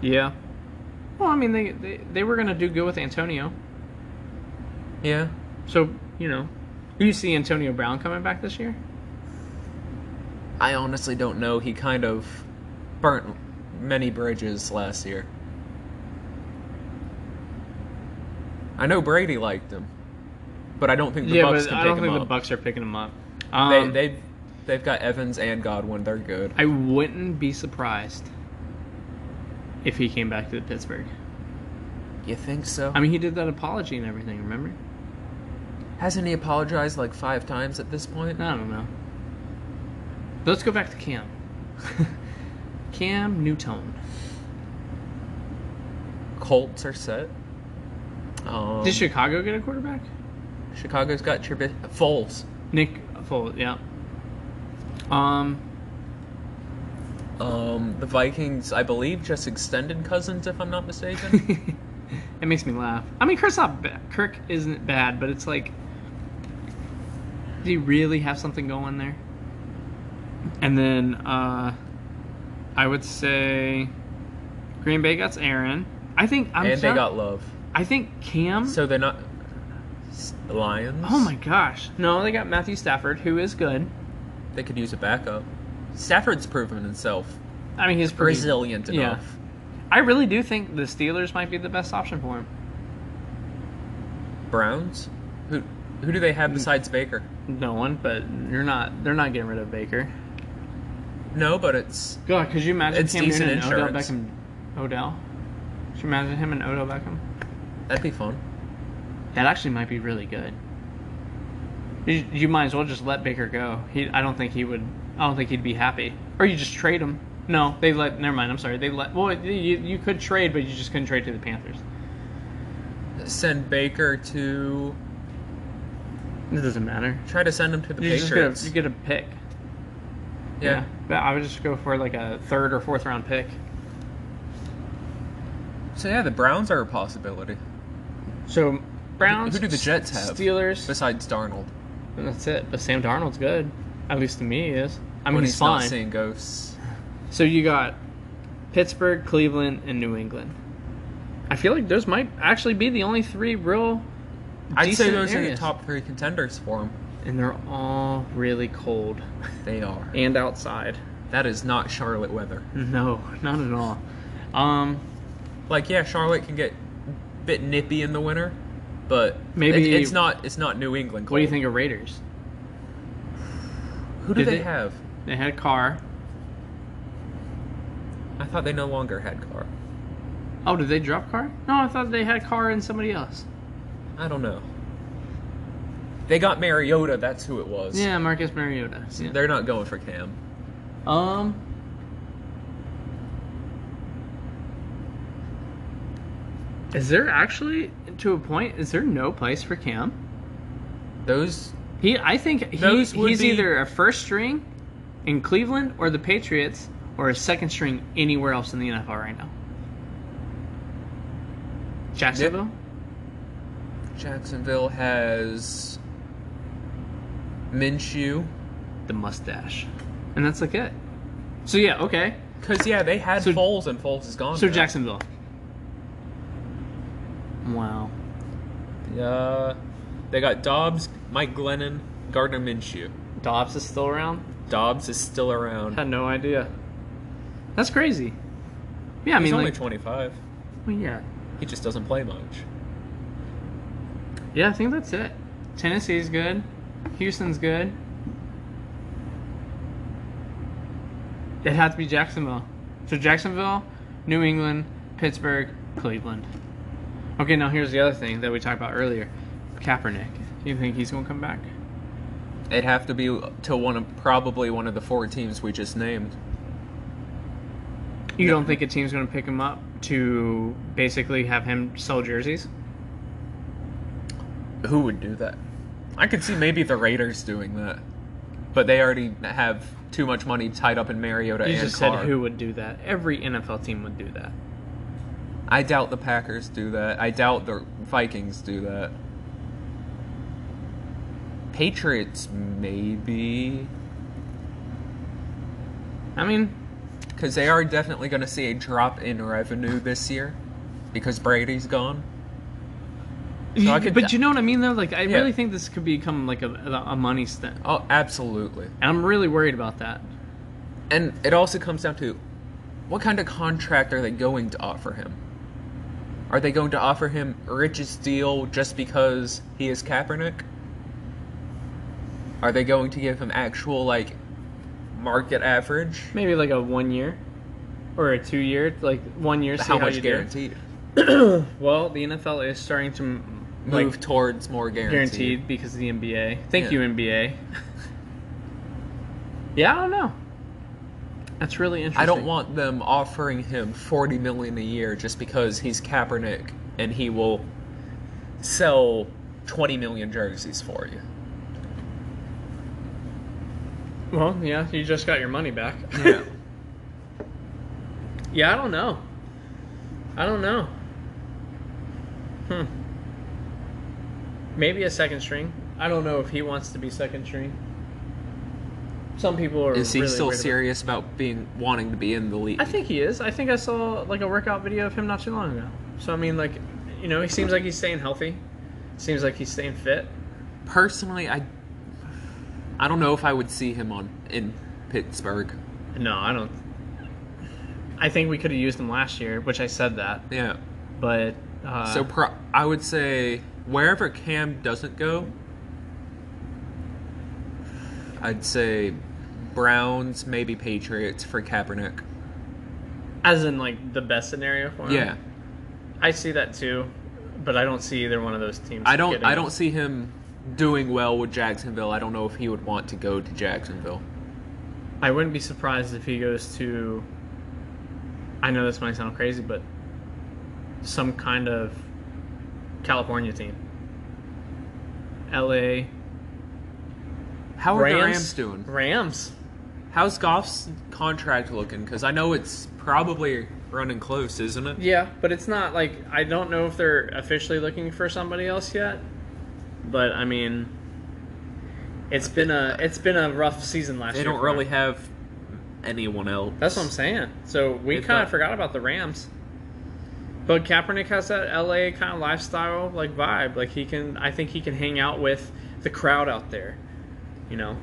Speaker 2: Yeah. Well, I mean they they, they were gonna do good with Antonio,
Speaker 1: Yeah.
Speaker 2: so you know. Do you see Antonio Brown coming back this year?
Speaker 1: I honestly don't know. He kind of burnt many bridges last year. I know Brady liked him, but I don't think the
Speaker 2: yeah,
Speaker 1: Bucks
Speaker 2: but
Speaker 1: can
Speaker 2: I
Speaker 1: pick
Speaker 2: don't
Speaker 1: him
Speaker 2: think
Speaker 1: up.
Speaker 2: the Bucks are picking him up.
Speaker 1: They,
Speaker 2: Um,
Speaker 1: they've they've got Evans and Godwin. They're good.
Speaker 2: I wouldn't be surprised if he came back to Pittsburgh.
Speaker 1: You think so?
Speaker 2: I mean, he did that apology and everything. Remember?
Speaker 1: Hasn't he apologized like five times at this point?
Speaker 2: I don't know. Let's go back to Cam. Cam Newton.
Speaker 1: Colts are set. Um,
Speaker 2: Did Chicago get a quarterback?
Speaker 1: Chicago's got Trubis- Foles.
Speaker 2: Nick Foles. Yeah. Um.
Speaker 1: Um, the Vikings, I believe, just extended Cousins, if I'm not mistaken.
Speaker 2: it makes me laugh. I mean, Kirk's not ba- Kirk isn't bad, but it's like, do you really have something going there? And then uh, I would say Green Bay got Aaron. I think I'm
Speaker 1: and
Speaker 2: sorry-
Speaker 1: they got Love.
Speaker 2: I think Cam.
Speaker 1: So they're not s- Lions.
Speaker 2: oh my gosh! No, they got Matthew Stafford, who is good.
Speaker 1: They could use a backup. Stafford's proven himself
Speaker 2: I mean, he's pretty.
Speaker 1: resilient
Speaker 2: yeah.
Speaker 1: enough.
Speaker 2: I really do think the Steelers might be the best option for him.
Speaker 1: Browns, who who do they have
Speaker 2: Hmm.
Speaker 1: besides Baker?
Speaker 2: No one, but you're not. They're not getting rid of Baker.
Speaker 1: No, but it's
Speaker 2: God, could you imagine
Speaker 1: It's
Speaker 2: Cam
Speaker 1: decent
Speaker 2: Newton and Odell
Speaker 1: insurance.
Speaker 2: Beckham? Odell? Could you imagine him and Odell Beckham?
Speaker 1: that'd be fun.
Speaker 2: That actually might be really good. You, you might as well just let Baker go. He, I don't think he would. I don't think he'd be happy. Or you just trade him. No, they let. Never mind. I'm sorry. They let. Well, you, you could trade, but you just couldn't trade to the Panthers.
Speaker 1: Send Baker to
Speaker 2: It doesn't matter.
Speaker 1: try to send him to the
Speaker 2: You just get
Speaker 1: Patriots.
Speaker 2: a, you get a pick.
Speaker 1: yeah.
Speaker 2: But I would just go for like a third or fourth round pick.
Speaker 1: So yeah, the Browns are a possibility
Speaker 2: So Browns.
Speaker 1: who do the Jets have?
Speaker 2: Steelers.
Speaker 1: besides Darnold.
Speaker 2: And that's it. But Sam Darnold's good. At least to me, he is. I mean,
Speaker 1: when
Speaker 2: he's,
Speaker 1: he's,
Speaker 2: fine.
Speaker 1: not seeing ghosts.
Speaker 2: So you got Pittsburgh, Cleveland, and New England. I feel like those might actually be the only three real,
Speaker 1: I'd say
Speaker 2: Decent
Speaker 1: those are the
Speaker 2: areas.
Speaker 1: top three contenders for him.
Speaker 2: and they're all really cold
Speaker 1: They are.
Speaker 2: and outside.
Speaker 1: That is not Charlotte weather.
Speaker 2: No, not at all. Um,
Speaker 1: Like yeah, Charlotte can get a bit nippy in the winter, but
Speaker 2: Maybe-
Speaker 1: it- it's not it's not New England. Cold.
Speaker 2: what do you think of Raiders?
Speaker 1: Who do
Speaker 2: Did
Speaker 1: they
Speaker 2: they-
Speaker 1: have?
Speaker 2: They had Carr.
Speaker 1: I thought they no longer had Carr.
Speaker 2: Oh, did they drop Carr? No, I thought they had Carr and somebody else.
Speaker 1: I don't know. They got Mariota. That's who it was.
Speaker 2: Yeah, Marcus Mariota. Yeah.
Speaker 1: They're not going for Cam.
Speaker 2: Um. Is there actually to a point? Is there no place for Cam?
Speaker 1: Those
Speaker 2: He, I think he,
Speaker 1: Those would
Speaker 2: he's
Speaker 1: be-
Speaker 2: either a first string in Cleveland or the Patriots, or a second string anywhere else in the NFL right now. Jacksonville.
Speaker 1: Jacksonville has Minshew.
Speaker 2: the mustache, and that's like it. So yeah, okay.
Speaker 1: Because, yeah, they had
Speaker 2: So-
Speaker 1: Foles, and Foles is gone.
Speaker 2: So
Speaker 1: now.
Speaker 2: Jacksonville. Wow.
Speaker 1: Uh, they got Dobbs, Mike Glennon, Gardner Minshew.
Speaker 2: Dobbs is still around.
Speaker 1: Dobbs is still around.
Speaker 2: Had no idea. That's crazy. Yeah, I
Speaker 1: He's
Speaker 2: mean,
Speaker 1: only
Speaker 2: like,
Speaker 1: 25.
Speaker 2: well, yeah,
Speaker 1: He just doesn't play much.
Speaker 2: yeah. I think that's it. Tennessee's good. Houston's good. It had to be Jacksonville. So Jacksonville, New England, Pittsburgh, Cleveland. Okay, now here's the other thing that we talked about earlier. Kaepernick. You think he's gonna come back?
Speaker 1: It'd have to be to one of probably one of the four teams we just named.
Speaker 2: You
Speaker 1: No.
Speaker 2: don't think a team's going to pick him up to basically have him sell jerseys?
Speaker 1: Who would do that? I could see maybe the Raiders doing that, but they already have too much money tied up in Mariota
Speaker 2: You
Speaker 1: and
Speaker 2: just
Speaker 1: Clark.
Speaker 2: said who would do that. Every NFL team would do that.
Speaker 1: I doubt the Packers do that. I doubt the Vikings do that. Patriots maybe
Speaker 2: I mean,
Speaker 1: because they are definitely going to see a drop in revenue this year because Brady's gone. So I could-
Speaker 2: but you know what I mean though. Like, I
Speaker 1: Yeah.
Speaker 2: really think this could become like a, a money stunt.
Speaker 1: Oh, absolutely.
Speaker 2: And I'm really worried about that.
Speaker 1: And it also comes down to what kind of contract are they going to offer him? Are they going to offer him richest deal just because he is Kaepernick? Are they going to give him actual like market average?
Speaker 2: Maybe like a one year or a two year, like one year. See
Speaker 1: How much
Speaker 2: you do.
Speaker 1: guaranteed?
Speaker 2: Well, the NFL is starting to m-
Speaker 1: Move
Speaker 2: like,
Speaker 1: towards more guaranteed.
Speaker 2: guaranteed because of the NBA. Thank
Speaker 1: Yeah.
Speaker 2: you, NBA. yeah, I don't know. That's really interesting.
Speaker 1: I don't want them offering him forty million a year just because he's Kaepernick and he will sell twenty million jerseys for you.
Speaker 2: Well, yeah, you just got your money back.
Speaker 1: Yeah.
Speaker 2: yeah, I don't know. I don't know. Hmm. Maybe a second string. I don't know if he wants to be second string. Some people are.
Speaker 1: Is he
Speaker 2: really
Speaker 1: still
Speaker 2: worried about-
Speaker 1: serious about being wanting to be in the league?
Speaker 2: I think he is. I think I saw like a workout video of him not too long ago. So I mean, like, you know, he seems like he's staying healthy. Seems like he's staying fit.
Speaker 1: personally, I I don't know if I would see him on in Pittsburgh.
Speaker 2: No, I don't. I think we could have used him last year, which I said that,
Speaker 1: Yeah.
Speaker 2: but uh,
Speaker 1: so pro- I would say wherever Cam doesn't go, I'd say Browns, maybe Patriots for Kaepernick.
Speaker 2: as in like the best scenario for him.
Speaker 1: Yeah.
Speaker 2: I see that too, but I don't see either one of those teams.
Speaker 1: I don't
Speaker 2: getting
Speaker 1: I
Speaker 2: it.
Speaker 1: don't see him doing well with Jacksonville. I don't know if he would want to go to Jacksonville.
Speaker 2: I wouldn't be surprised if he goes to. I know this might sound crazy, but some kind of California team. L.A.
Speaker 1: How are
Speaker 2: Rams.
Speaker 1: the Rams doing?
Speaker 2: Rams.
Speaker 1: How's Goff's contract looking? Because I know it's probably running close, isn't it?
Speaker 2: Yeah, but it's not like I don't know if they're officially looking for somebody else yet. But I mean, it's been a it's been a rough season last
Speaker 1: They
Speaker 2: year.
Speaker 1: don't
Speaker 2: for them.
Speaker 1: really have anyone else.
Speaker 2: That's what I'm saying. So we
Speaker 1: They've
Speaker 2: kind of
Speaker 1: got-
Speaker 2: forgot about the Rams. But Kaepernick has that LA kind of lifestyle like vibe. Like he can I think he can hang out with the crowd out there. You know.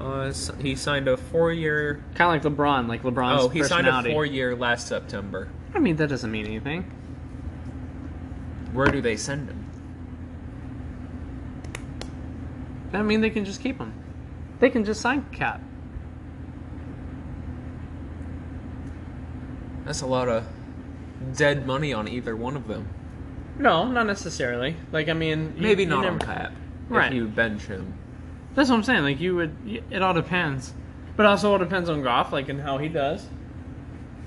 Speaker 1: Uh, s- he signed a four-year.
Speaker 2: Kind of like LeBron, like LeBron's
Speaker 1: oh, he signed a
Speaker 2: personality.
Speaker 1: four-year last September.
Speaker 2: I mean, that doesn't mean anything.
Speaker 1: Where do they send him?
Speaker 2: That mean they can just keep him. They can just sign Cap.
Speaker 1: That's a lot of dead money on either one of them.
Speaker 2: No, not necessarily. Like I mean, you-
Speaker 1: Maybe
Speaker 2: you
Speaker 1: not
Speaker 2: never-
Speaker 1: on Cap.
Speaker 2: Right.
Speaker 1: If you bench him,
Speaker 2: That's what I'm saying. Like you would, y- it all depends, but also all depends on Goff, like and how he does.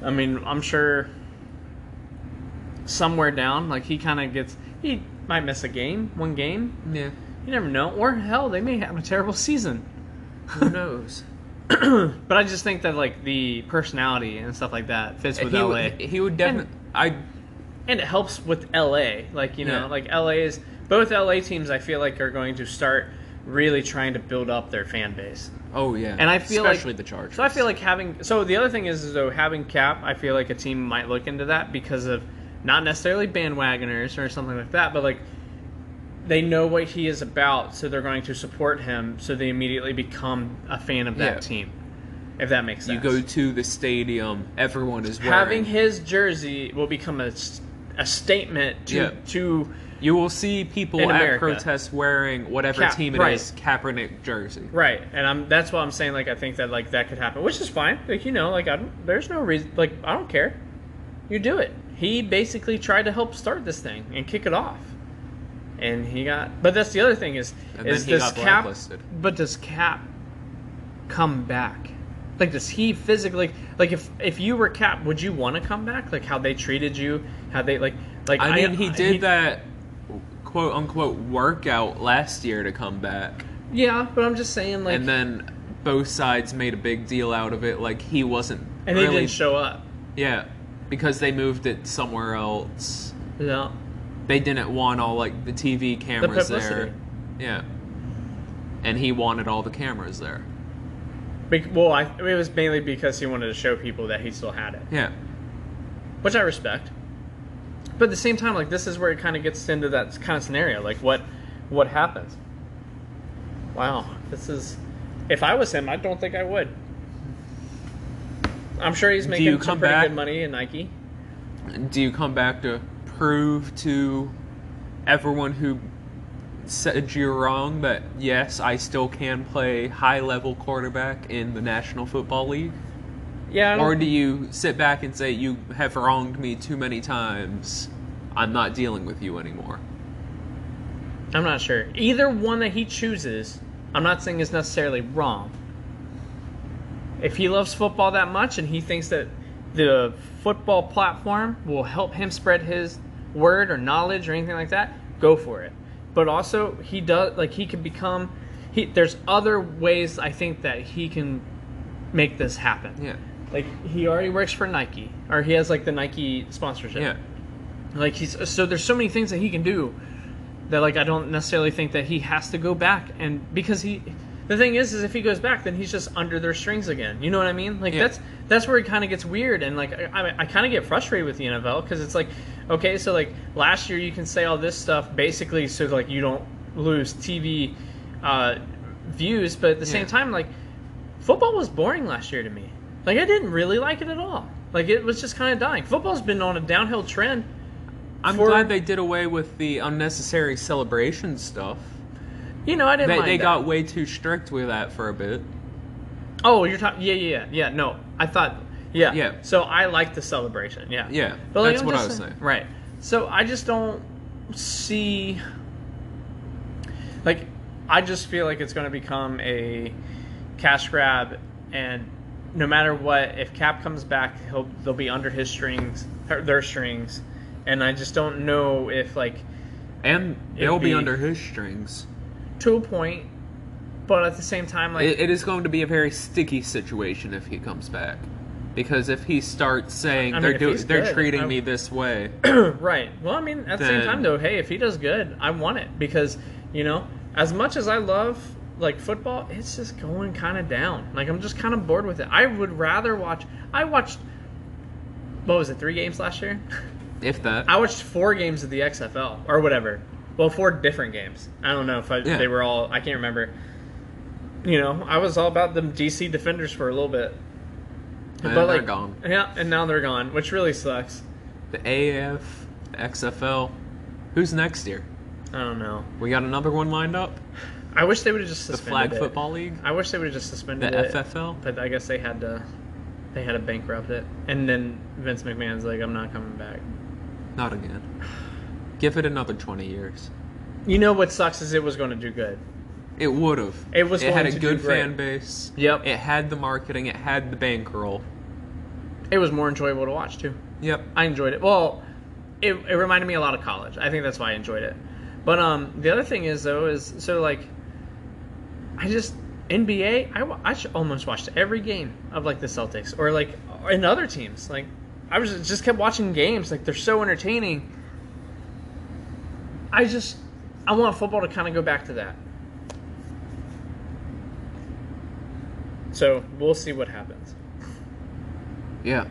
Speaker 2: I mean, I'm sure somewhere down, like he kind of gets, he might miss a game, one game.
Speaker 1: yeah.
Speaker 2: You never know. Or hell, they may have a terrible season.
Speaker 1: Who knows?
Speaker 2: But I just think that like the personality and stuff like that fits with
Speaker 1: Uh, he,
Speaker 2: LA.
Speaker 1: would- he would definitely. I
Speaker 2: and it helps with LA. Like you know,
Speaker 1: Yeah.
Speaker 2: like LA is both LA teams. I feel like are going to start really trying to build up their fan base.
Speaker 1: Oh yeah,
Speaker 2: And I feel like-
Speaker 1: especially the Chargers.
Speaker 2: So I feel like having. So the other thing is, is though having cap, I feel like a team might look into that because of not necessarily bandwagoners or something like that, but like they know what he is about, so they're going to support him, so they immediately become a fan of that
Speaker 1: Yeah.
Speaker 2: team. If that makes
Speaker 1: you
Speaker 2: sense.
Speaker 1: go to the stadium, everyone is wearing.
Speaker 2: having his jersey will become a, s- a statement to
Speaker 1: Yeah.
Speaker 2: to
Speaker 1: you will see people
Speaker 2: In
Speaker 1: at
Speaker 2: America.
Speaker 1: protests wearing whatever
Speaker 2: Cap-
Speaker 1: team it is,
Speaker 2: right.
Speaker 1: Kaepernick jersey.
Speaker 2: right, and I'm that's why I'm saying like I think that like that could happen, which is fine. Like you know, like I don't, there's no reason. Like I don't care. You do it. He basically tried to help start this thing and kick it off, and he got. But that's the other thing is
Speaker 1: And
Speaker 2: is
Speaker 1: then he
Speaker 2: does
Speaker 1: got
Speaker 2: Cap?
Speaker 1: blacklisted.
Speaker 2: But does Cap come back? Like does he physically like if if you were Cap, would you want to come back? Like how they treated you, how they like like
Speaker 1: I mean, he did
Speaker 2: that.
Speaker 1: that quote unquote workout last year to come back,
Speaker 2: Yeah, but I'm just saying, like,
Speaker 1: and then both sides made a big deal out of it. Like he wasn't
Speaker 2: and they
Speaker 1: really
Speaker 2: didn't show up.
Speaker 1: Yeah, because they moved it somewhere else.
Speaker 2: No,
Speaker 1: They didn't want all like the TV cameras
Speaker 2: publicity.
Speaker 1: there. Yeah, and he wanted all the cameras there.
Speaker 2: Bec- well, I, it was mainly because he wanted to show people that he still had it,
Speaker 1: Yeah,
Speaker 2: which I respect. But at the same time, like, this is where it kind of gets into that kind of scenario, like what what happens. Wow, this is. If I was him, I don't think I would. I'm sure he's
Speaker 1: Do
Speaker 2: making
Speaker 1: you
Speaker 2: some
Speaker 1: come
Speaker 2: pretty
Speaker 1: back?
Speaker 2: good money in Nike.
Speaker 1: do you come back to prove to everyone who said you're wrong that yes, I still can play high level quarterback in the National Football League?
Speaker 2: Yeah, I don't-
Speaker 1: Or do you sit back and say you have wronged me too many times? I'm not dealing with you anymore.
Speaker 2: I'm not sure. Either one that he chooses, I'm not saying is necessarily wrong. If he loves football that much and he thinks that the football platform will help him spread his word or knowledge or anything like that, go for it. But also, he does like he can become. He there's other ways I think that he can make this happen.
Speaker 1: Yeah.
Speaker 2: Like he already works for Nike, or he has like the Nike sponsorship.
Speaker 1: Yeah.
Speaker 2: Like he's so there's so many things that he can do that like I don't necessarily think that he has to go back and because he the thing is is if he goes back then he's just under their strings again. You know what I mean? Like
Speaker 1: Yeah.
Speaker 2: that's that's where it kind of gets weird and like I I, I kind of get frustrated with the NFL because it's like okay so like last year you can say all this stuff basically so like you don't lose TV uh, views but at the same
Speaker 1: Yeah.
Speaker 2: time like football was boring last year to me. Like I didn't really like it at all. Like it was just kind of dying. Football's been on a downhill trend.
Speaker 1: I'm
Speaker 2: For-
Speaker 1: glad they did away with the unnecessary celebration stuff.
Speaker 2: You know, I didn't.
Speaker 1: They,
Speaker 2: mind
Speaker 1: they
Speaker 2: that.
Speaker 1: got way too strict with that for a bit.
Speaker 2: Oh, you're talking. Yeah, yeah, yeah. Yeah, No, I thought. Yeah.
Speaker 1: Yeah.
Speaker 2: So I like the celebration. Yeah.
Speaker 1: Yeah,
Speaker 2: But like,
Speaker 1: that's
Speaker 2: I'm
Speaker 1: what
Speaker 2: just
Speaker 1: I was saying.
Speaker 2: Right. So I just don't see. Like, I just feel like it's going to become a cash grab, and no matter what, if Cap comes back, he'll they'll be under his strings, or their strings, and I just don't know if like
Speaker 1: And they'll be,
Speaker 2: be-
Speaker 1: under his strings.
Speaker 2: to a point, but at the same time, like
Speaker 1: it, it is going to be a very sticky situation if he comes back. Because if he starts saying
Speaker 2: I mean,
Speaker 1: they're
Speaker 2: if
Speaker 1: do,
Speaker 2: he's
Speaker 1: they're
Speaker 2: good,
Speaker 1: treating
Speaker 2: I-
Speaker 1: me this way,
Speaker 2: right. Well, I mean, at the same
Speaker 1: Then-
Speaker 2: time, though, hey, if he does good, I want it because you know, as much as I love like football, it's just going kind of down. Like I'm just kind of bored with it. I would rather watch. I watched. What was it? Three games last year.
Speaker 1: if that
Speaker 2: I watched four games of the XFL or whatever. Well, four different games. I don't know if I,
Speaker 1: Yeah.
Speaker 2: they were all. I can't remember. You know, I was all about them DC Defenders for a little bit.
Speaker 1: And they're gone.
Speaker 2: Yeah, and now they're gone, which really sucks.
Speaker 1: the AF, XFL, who's next year?
Speaker 2: I don't know.
Speaker 1: We got another one lined up.
Speaker 2: I wish they would have just
Speaker 1: The
Speaker 2: suspended
Speaker 1: Flag
Speaker 2: it.
Speaker 1: Football League,
Speaker 2: I wish they would have just
Speaker 1: the
Speaker 2: suspended it.
Speaker 1: FFL.
Speaker 2: But I guess they had to. They had to bankrupt it, and then Vince McMahon's like, "I'm not coming back."
Speaker 1: Not again. Give it another 20 years.
Speaker 2: You know what sucks is it was going to do good.
Speaker 1: It would have.
Speaker 2: It was
Speaker 1: It had
Speaker 2: going
Speaker 1: a
Speaker 2: to do
Speaker 1: good
Speaker 2: great.
Speaker 1: fan base.
Speaker 2: Yep.
Speaker 1: It had the marketing. It had the bankroll.
Speaker 2: It was more enjoyable to watch too.
Speaker 1: Yep.
Speaker 2: I enjoyed it. Well, it, it reminded me a lot of college. I think that's why I enjoyed it. But um, the other thing is though is so like, I just NBA. I wa- I sh- almost watched every game of like the Celtics or like in other teams. Like I was just kept watching games. Like they're so entertaining. I just I want football to kind of go back to that. So we'll see what happens.
Speaker 1: Yeah.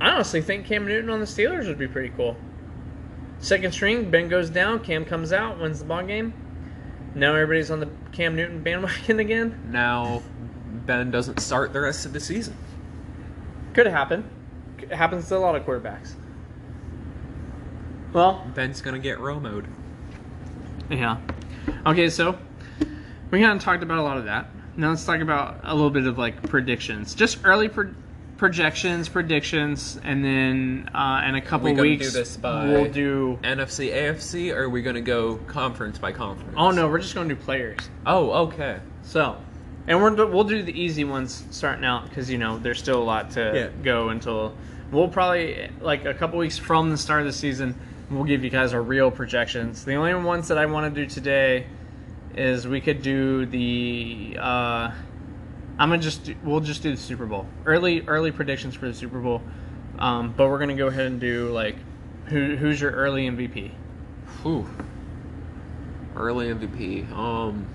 Speaker 2: I honestly think Cam Newton on the Steelers would be pretty cool. Second string, Ben goes down, Cam comes out, wins the ball game. Now everybody's on the Cam Newton bandwagon again.
Speaker 1: Now Ben doesn't start the rest of the season.
Speaker 2: Could happen. It happens to a lot of quarterbacks. Well,
Speaker 1: Ben's gonna get romoed.
Speaker 2: Yeah. Okay, so we kind of talked about a lot of that. Now let's talk about a little bit of like predictions, just early pro- projections, predictions, and then uh, in a couple
Speaker 1: we gonna
Speaker 2: weeks
Speaker 1: do this by-
Speaker 2: we'll do.
Speaker 1: NFC, AFC, or are we gonna go conference by conference?
Speaker 2: Oh no, we're just gonna do players.
Speaker 1: Oh, okay.
Speaker 2: So, and we're do- we'll do the easy ones starting out because you know there's still a lot to
Speaker 1: Yeah.
Speaker 2: go until we'll probably like a couple weeks from the start of the season. We'll give you guys our real projections. The only ones that I want to do today is we could do the. Uh, I'm gonna just do, we'll just do the Super Bowl early early predictions for the Super Bowl, um, but we're gonna go ahead and do like who who's your early MVP?
Speaker 1: Whew. Early MVP. Um.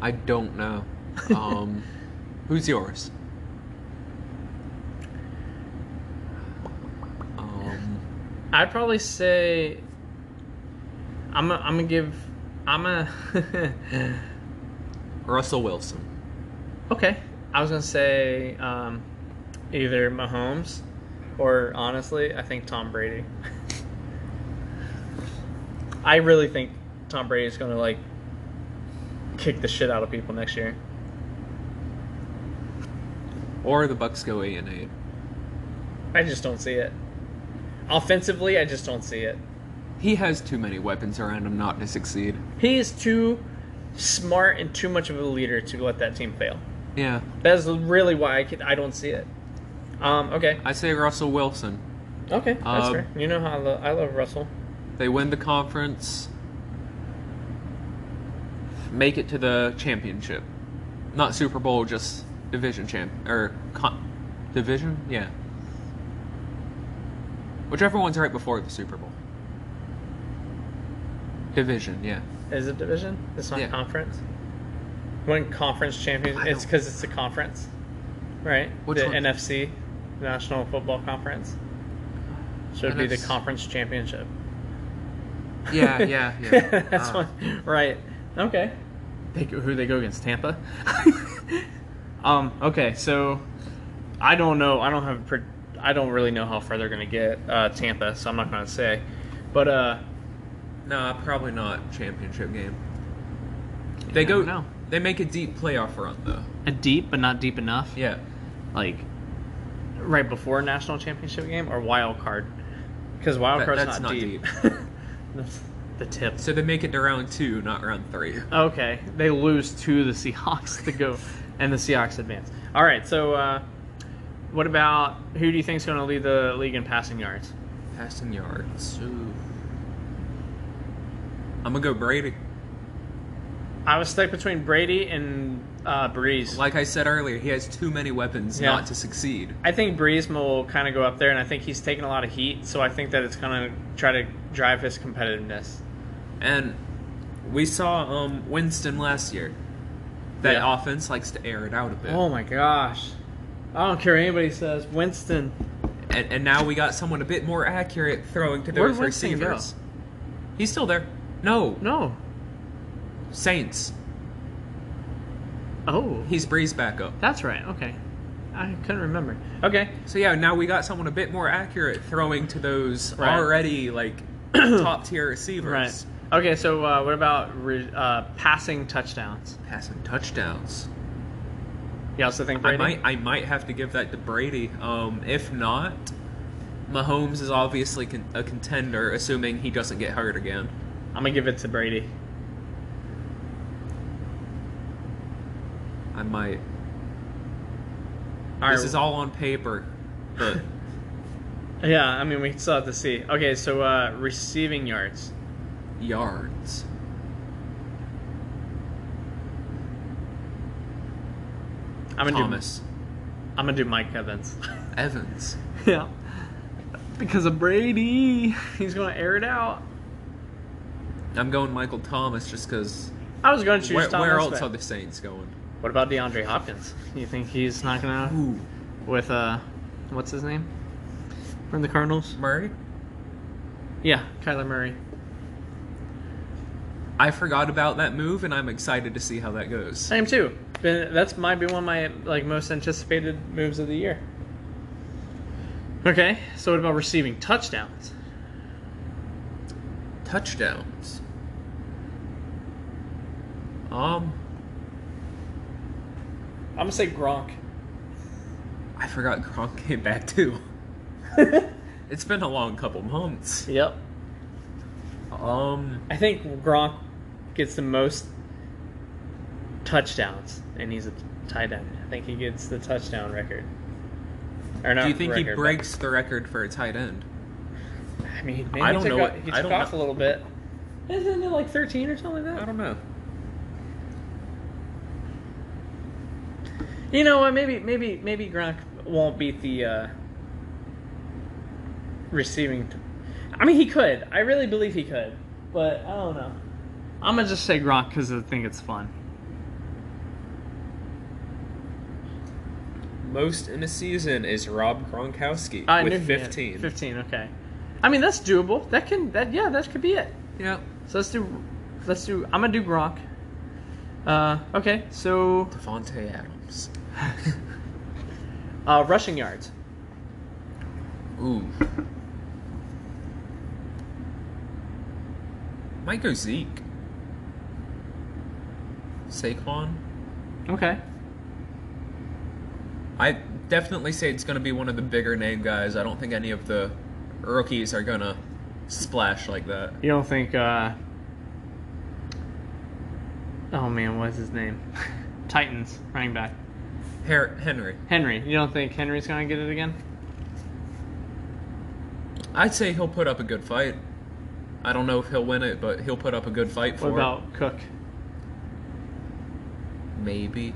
Speaker 1: I don't know. Um, who's yours? Um,
Speaker 2: I'd probably say I'm gonna I'm gonna give I'm gonna
Speaker 1: Russell Wilson.
Speaker 2: okay. I was gonna say um, either Mahomes or honestly, I think Tom Brady. I really think Tom Brady's gonna like kick the shit out of people next year.
Speaker 1: Or the Bucks go eight and eight.
Speaker 2: I just don't see it. Offensively, I just don't see it.
Speaker 1: He has too many weapons around him not to succeed.
Speaker 2: He is too smart and too much of a leader to let that team fail.
Speaker 1: Yeah,
Speaker 2: That's really why I, could, I don't see it. Um, okay.
Speaker 1: I say Russell Wilson.
Speaker 2: Okay, that's
Speaker 1: Um,
Speaker 2: fair. You know how I, lo- I love Russell.
Speaker 1: They win the conference, make it to the championship, not Super Bowl, just division champ or con- division, yeah. Whichever one's right before the Super Bowl. Division, yeah.
Speaker 2: Is it division? It's not
Speaker 1: Yeah.
Speaker 2: conference. When conference champions,
Speaker 1: I
Speaker 2: it's
Speaker 1: don't-
Speaker 2: because it's a conference, right?
Speaker 1: Which
Speaker 2: the
Speaker 1: one?
Speaker 2: NFC, National Football Conference. So it'd be the
Speaker 1: NFC.
Speaker 2: conference championship.
Speaker 1: Yeah, yeah, yeah.
Speaker 2: that's
Speaker 1: Ah.
Speaker 2: one. Right. Okay. They, go- who they go against? Tampa. um. Okay. So, I don't know. I don't have. a Pre- I don't really know how far they're gonna get uh, Tampa, so I'm not gonna say. But uh,
Speaker 1: Nah, probably not championship game. They
Speaker 2: You
Speaker 1: go
Speaker 2: never know.
Speaker 1: they make a deep playoff run though.
Speaker 2: a deep but not deep enough.
Speaker 1: Yeah.
Speaker 2: Like right before a national championship game or wild card, because wild
Speaker 1: That-
Speaker 2: card's
Speaker 1: that's
Speaker 2: not,
Speaker 1: not
Speaker 2: deep. That's the tips.
Speaker 1: So they make it to round two, not round three.
Speaker 2: Okay, they lose to the Seahawks to go, and the Seahawks advance. All right, so uh, what about who do you think's going to lead the league in passing yards?
Speaker 1: Passing yards. Ooh. I'm gonna go Brady.
Speaker 2: I was stuck between Brady and uh, Breeze.
Speaker 1: Like I said earlier, he has too many weapons
Speaker 2: Yeah.
Speaker 1: not to succeed.
Speaker 2: I think Breeze will kind of go up there, and I think he's taking a lot of heat, so I think that it's going to try to drive his competitiveness.
Speaker 1: And we saw um, Winston last year. That
Speaker 2: Yeah.
Speaker 1: offense likes to air it out a bit.
Speaker 2: Oh my gosh. I don't care what anybody says. Winston.
Speaker 1: And, and now we got someone a bit more accurate throwing to
Speaker 2: Where'd
Speaker 1: those
Speaker 2: Winston go?
Speaker 1: receivers. He's still there. No,
Speaker 2: No.
Speaker 1: Saints.
Speaker 2: Oh.
Speaker 1: He's Breeze back up.
Speaker 2: That's right. Okay. I couldn't remember. Okay.
Speaker 1: So yeah, now we got someone a bit more accurate throwing to those
Speaker 2: Right.
Speaker 1: already like top tier receivers.
Speaker 2: Right. Okay, so uh, what about re- uh, passing touchdowns?
Speaker 1: Passing touchdowns.
Speaker 2: You also think
Speaker 1: I
Speaker 2: Brady?
Speaker 1: might I might have to give that to Brady. Um, if not, Mahomes is obviously con- a contender, assuming he doesn't get hurt again.
Speaker 2: I'm gonna give it to Brady.
Speaker 1: I might.
Speaker 2: All
Speaker 1: this
Speaker 2: right.
Speaker 1: is all on paper, but
Speaker 2: yeah, I mean we still have to see. Okay, so uh, receiving yards.
Speaker 1: yards.
Speaker 2: I'm gonna
Speaker 1: Thomas
Speaker 2: do I'm gonna do Mike Evans.
Speaker 1: Evans.
Speaker 2: yeah. Because of Brady, he's gonna air it out.
Speaker 1: I'm going Michael Thomas just because.
Speaker 2: I was gonna choose
Speaker 1: Where,
Speaker 2: Thomas.
Speaker 1: where else
Speaker 2: but-
Speaker 1: are the Saints going?
Speaker 2: What about DeAndre Hopkins? You think he's not gonna
Speaker 1: Ooh,
Speaker 2: with uh, what's his name from the Cardinals?
Speaker 1: Murray.
Speaker 2: Yeah, Kyler Murray.
Speaker 1: I forgot about that move, and I'm excited to see how that goes.
Speaker 2: Same too. Been, that's might be one of my like most anticipated moves of the year. Okay, so what about receiving touchdowns?
Speaker 1: Touchdowns. Um,
Speaker 2: I'm gonna say Gronk.
Speaker 1: I forgot Gronk came back too. It's been a long couple months.
Speaker 2: yep.
Speaker 1: Um,
Speaker 2: I think Gronk gets the most touchdowns, and he's a tight end. I think he gets the touchdown record. Or not
Speaker 1: do you think he
Speaker 2: record, but-
Speaker 1: breaks the record for a tight end?
Speaker 2: I mean, maybe
Speaker 1: I
Speaker 2: he
Speaker 1: don't
Speaker 2: took
Speaker 1: know
Speaker 2: off-
Speaker 1: what-
Speaker 2: he
Speaker 1: I
Speaker 2: took
Speaker 1: don't
Speaker 2: off
Speaker 1: know.
Speaker 2: a little bit. Isn't it like 13 or something like that?
Speaker 1: don't know.
Speaker 2: You know what? Maybe maybe maybe Gronk won't beat the uh, receiving. T- I mean, he could. I really believe he could, but I don't know. I'm gonna just say Gronk because I think it's fun.
Speaker 1: Most in a season is Rob Gronkowski
Speaker 2: I knew
Speaker 1: with
Speaker 2: he had
Speaker 1: 15.
Speaker 2: 15. Okay. I mean, that's doable. That can. That yeah. That could be it.
Speaker 1: Yeah.
Speaker 2: So let's do. Let's do. I'm gonna do Gronk. Uh, okay. So
Speaker 1: Devontae Adams.
Speaker 2: uh, rushing yards.
Speaker 1: Ooh. Might go Zeke. Saquon.
Speaker 2: Okay.
Speaker 1: I definitely say it's going to be one of the bigger name guys. I don't think any of the rookies are going to splash like that.
Speaker 2: You don't think? uh Oh man, what's his name? Titans running back
Speaker 1: Her- Henry.
Speaker 2: Henry. You don't think Henry's gonna get it again?
Speaker 1: I'd say he'll put up a good fight. I don't know if he'll win it, but he'll put up a good fight for
Speaker 2: What about Cook?
Speaker 1: it. Maybe.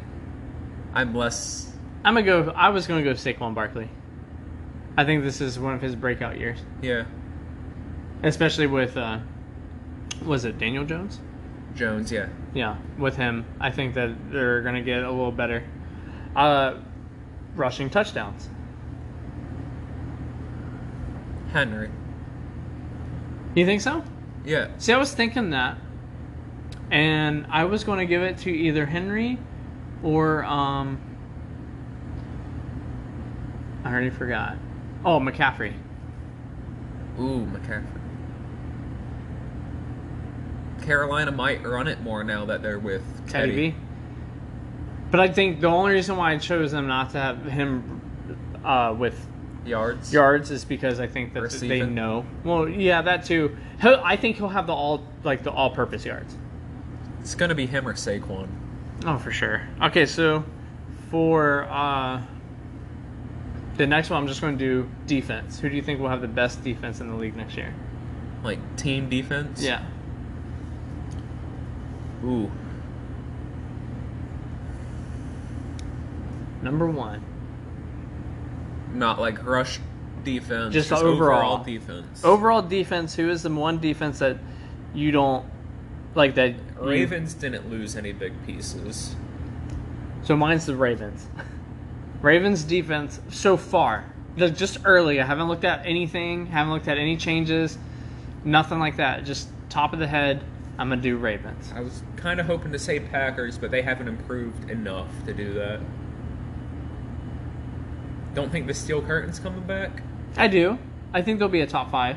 Speaker 1: I'm less.
Speaker 2: I'm gonna go. I was gonna go Saquon Barkley. I think this is one of his breakout years,
Speaker 1: Yeah.
Speaker 2: especially with uh was it Daniel Jones?
Speaker 1: Jones, yeah.
Speaker 2: Yeah, with him, I think that they're gonna get a little better. Uh, rushing touchdowns.
Speaker 1: Henry.
Speaker 2: You think so?
Speaker 1: Yeah.
Speaker 2: See, I was thinking that, and I was going to give it to either Henry or um. I already forgot. Oh, McCaffrey.
Speaker 1: Ooh, McCaffrey. Carolina might run it more now that they're with
Speaker 2: Teddy,
Speaker 1: Teddy.
Speaker 2: B. But I think the only reason why I chose him not to have him uh, with
Speaker 1: Yards.
Speaker 2: yards is because I think that they
Speaker 1: Receiving.
Speaker 2: know. Well, yeah, that too. He'll, I think he'll have the all like the all-purpose yards.
Speaker 1: It's going to be him or Saquon.
Speaker 2: Oh, for sure. Okay, so for uh, the next one, I'm just going to do defense. Who do you think will have the best defense in the league next year?
Speaker 1: Like, team defense.
Speaker 2: Yeah.
Speaker 1: Ooh.
Speaker 2: Number one.
Speaker 1: Not like rush defense.
Speaker 2: Just
Speaker 1: Just,
Speaker 2: overall.
Speaker 1: overall. defense.
Speaker 2: Overall defense, who is the one defense that you don't like that? you-
Speaker 1: Ravens didn't lose any big pieces.
Speaker 2: So mine's the Ravens. Ravens defense so far, like, just early. I haven't looked at anything. Haven't looked at any changes. Nothing like that. Just top of the head. I'm gonna do Ravens.
Speaker 1: I was kind of hoping to say Packers, but they haven't improved enough to do that. Don't think the steel curtain's coming back.
Speaker 2: I do. I think they'll be a top five.